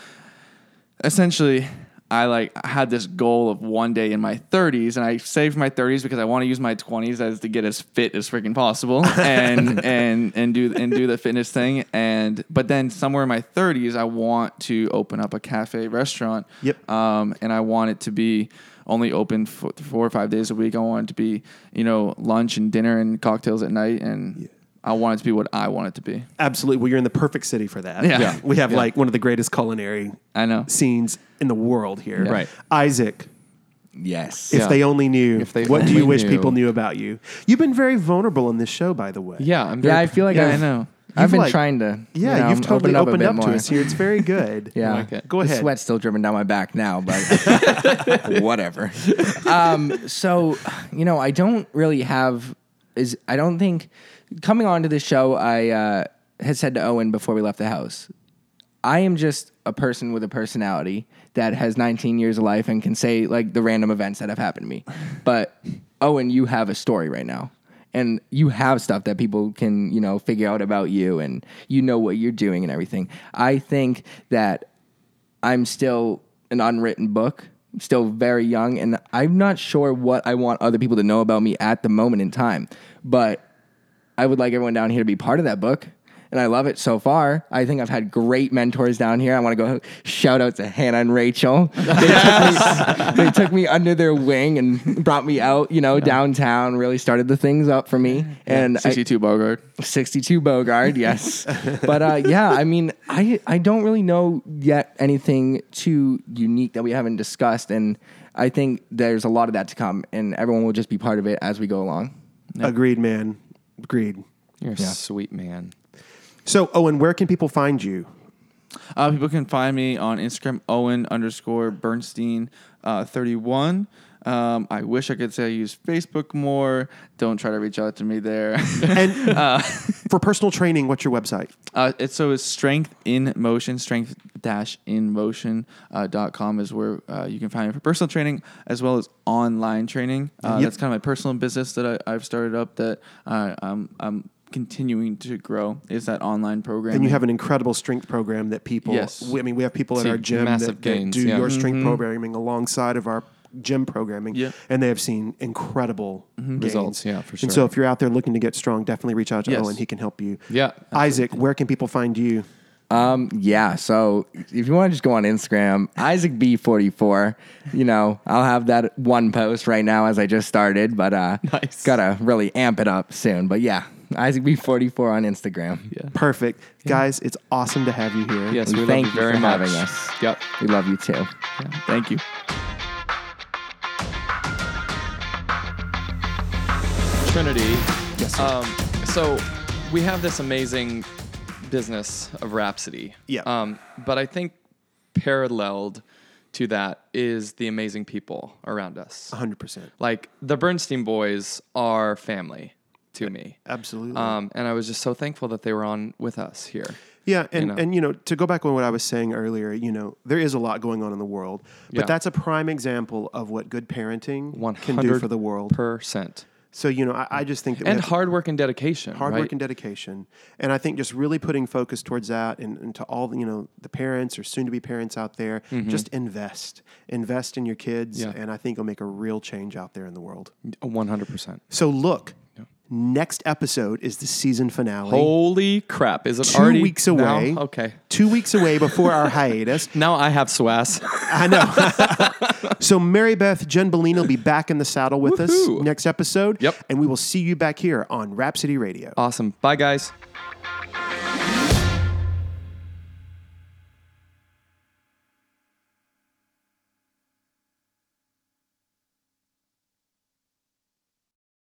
S3: essentially I like had this goal of one day in my 30s, and I saved my 30s because I want to use my 20s as to get as fit as freaking possible, and and and do and do the fitness thing. And but then somewhere in my 30s, I want to open up a cafe restaurant.
S1: Yep.
S3: Um, and I want it to be only open for four or five days a week. I want it to be you know lunch and dinner and cocktails at night, and I want it to be what I want it to be.
S1: Absolutely. Well, you're in the perfect city for that.
S3: Yeah. Yeah.
S1: We have
S3: Yeah.
S1: like one of the greatest culinary
S3: I know.
S1: scenes in the world here.
S2: Right.
S1: Isaac,
S4: Yes.
S1: if
S2: Yeah.
S1: they only knew,
S2: If they
S1: what do
S2: only
S1: you wish
S2: knew.
S1: people knew about you? You've been very vulnerable in this show, by the way.
S2: Yeah. I'm
S4: Yeah,
S2: very-
S4: I feel like
S3: Yeah,
S4: I've,
S3: I know.
S4: I've
S1: You've,
S4: been
S1: like-
S4: trying to. you
S1: Yeah,
S4: know,
S1: you've totally
S4: um, open
S1: opened
S4: a
S1: up,
S4: bit
S1: to
S4: more.
S1: us here. It's very good.
S4: Yeah,
S2: like it.
S1: Go
S4: the
S1: ahead.
S4: Sweat's still dripping down my back now, but whatever. Um, so, you know, I don't really have is I don't think coming onto this show. I uh, had said to Owen before we left the house. I am just a person with a personality that has 19 years of life and can say like the random events that have happened to me. But Owen, you have a story right now. And you have stuff that people can, you know, figure out about you and you know what you're doing and everything. I think that I'm still an unwritten book, still very young, and I'm not sure what I want other people to know about me at the moment in time. But I would like everyone down here to be part of that book. And I love it so far. I think I've had great mentors down here. I want to go shout out to Hannah and Rachel. They, took, me, they took me under their wing and brought me out, you know, downtown, really started the things up for me. And I-
S3: 62 Bogart.
S4: 62 Bogard, yes. but uh, yeah, I mean, I I don't really know yet anything too unique that we haven't discussed, and I think there's a lot of that to come, and everyone will just be part of it as we go along.
S1: Agreed, man. Agreed.
S2: You're a sweet man.
S1: So, Owen, where can people find you?
S3: Uh, people can find me on Instagram, Owen underscore Bernstein uh, 31. Um, I wish I could say I use Facebook more. Don't try to reach out to me there.
S1: And
S2: Uh.
S1: for personal training, what's your website?
S3: uh, it's, so it's strength in motion, strength dash in motion uh, dot com is where uh, you can find me for personal training as well as online training. Uh,
S1: Yep.
S3: That's kind of my personal business that I, I've started up that uh, I'm, I'm continuing to grow is that online program.
S1: And you have an incredible strength program that people.
S2: Yes.
S1: We, I mean, we have people at
S2: See
S1: our gym that, that
S2: massive gains,
S1: do
S2: yeah.
S1: your strength programming alongside of our gym programming,
S3: Yeah.
S1: and they have seen incredible gains.
S2: Mm-hmm. Results, yeah, for
S1: And
S2: sure.
S1: so, if you're out there looking to get strong, definitely reach out to
S3: Yes.
S1: Owen. He can help you.
S2: Yeah.
S1: Isaac, where can people find you?
S4: Um, yeah. So if you want to just go on Instagram, Isaac B44, you know, I'll have that one post right now as I just started, but uh,
S2: Nice.
S4: gotta really amp it up soon. But yeah, Isaac B44 on Instagram.
S2: Yeah.
S1: Perfect, guys. It's awesome to have you here.
S2: Yes, we,
S4: We
S2: love
S4: thank
S2: you
S4: you
S2: very
S4: for
S2: much.
S4: having us.
S2: Yep.
S4: We love you too.
S3: Thank you.
S2: Trinity.
S1: Yes, sir.
S2: Um, so we have this amazing business of Rhapsody.
S1: Yeah.
S2: Um, but I think paralleled to that is the amazing people around us.
S1: hundred percent.
S2: Like the Bernstein boys are family to me.
S1: Absolutely.
S2: Um, and I was just so thankful that they were on with us here.
S1: Yeah, and
S2: know?
S1: and you know to go back on what I was saying earlier, you know there is a lot going on in the world, but
S2: Yeah.
S1: that's a prime example of what good parenting
S2: 100
S1: can do for the world.
S2: Percent.
S1: so you know I, I just think that we
S2: And
S1: have to-
S2: hard work and dedication.
S1: hard
S2: right?
S1: work and dedication, and I think just really putting focus towards that, and, and to all the, you know the parents or soon to be parents out there, just invest, invest in your kids,
S2: Mm-hmm. Yeah.
S1: and I think it'll make a real change out there in the world.
S2: 100%.
S1: So look, next episode is the season finale.
S2: Holy crap. Is it
S1: Two
S2: already
S1: weeks away.
S2: now? Okay.
S1: Two weeks away before our hiatus.
S2: Now I have swass.
S1: I know. so Mary Beth Jen Bellina will be back in the saddle with
S2: Woohoo.
S1: us next episode.
S2: Yep.
S1: And we will see you back here on Rhapsody Radio.
S2: awesome. Bye, guys.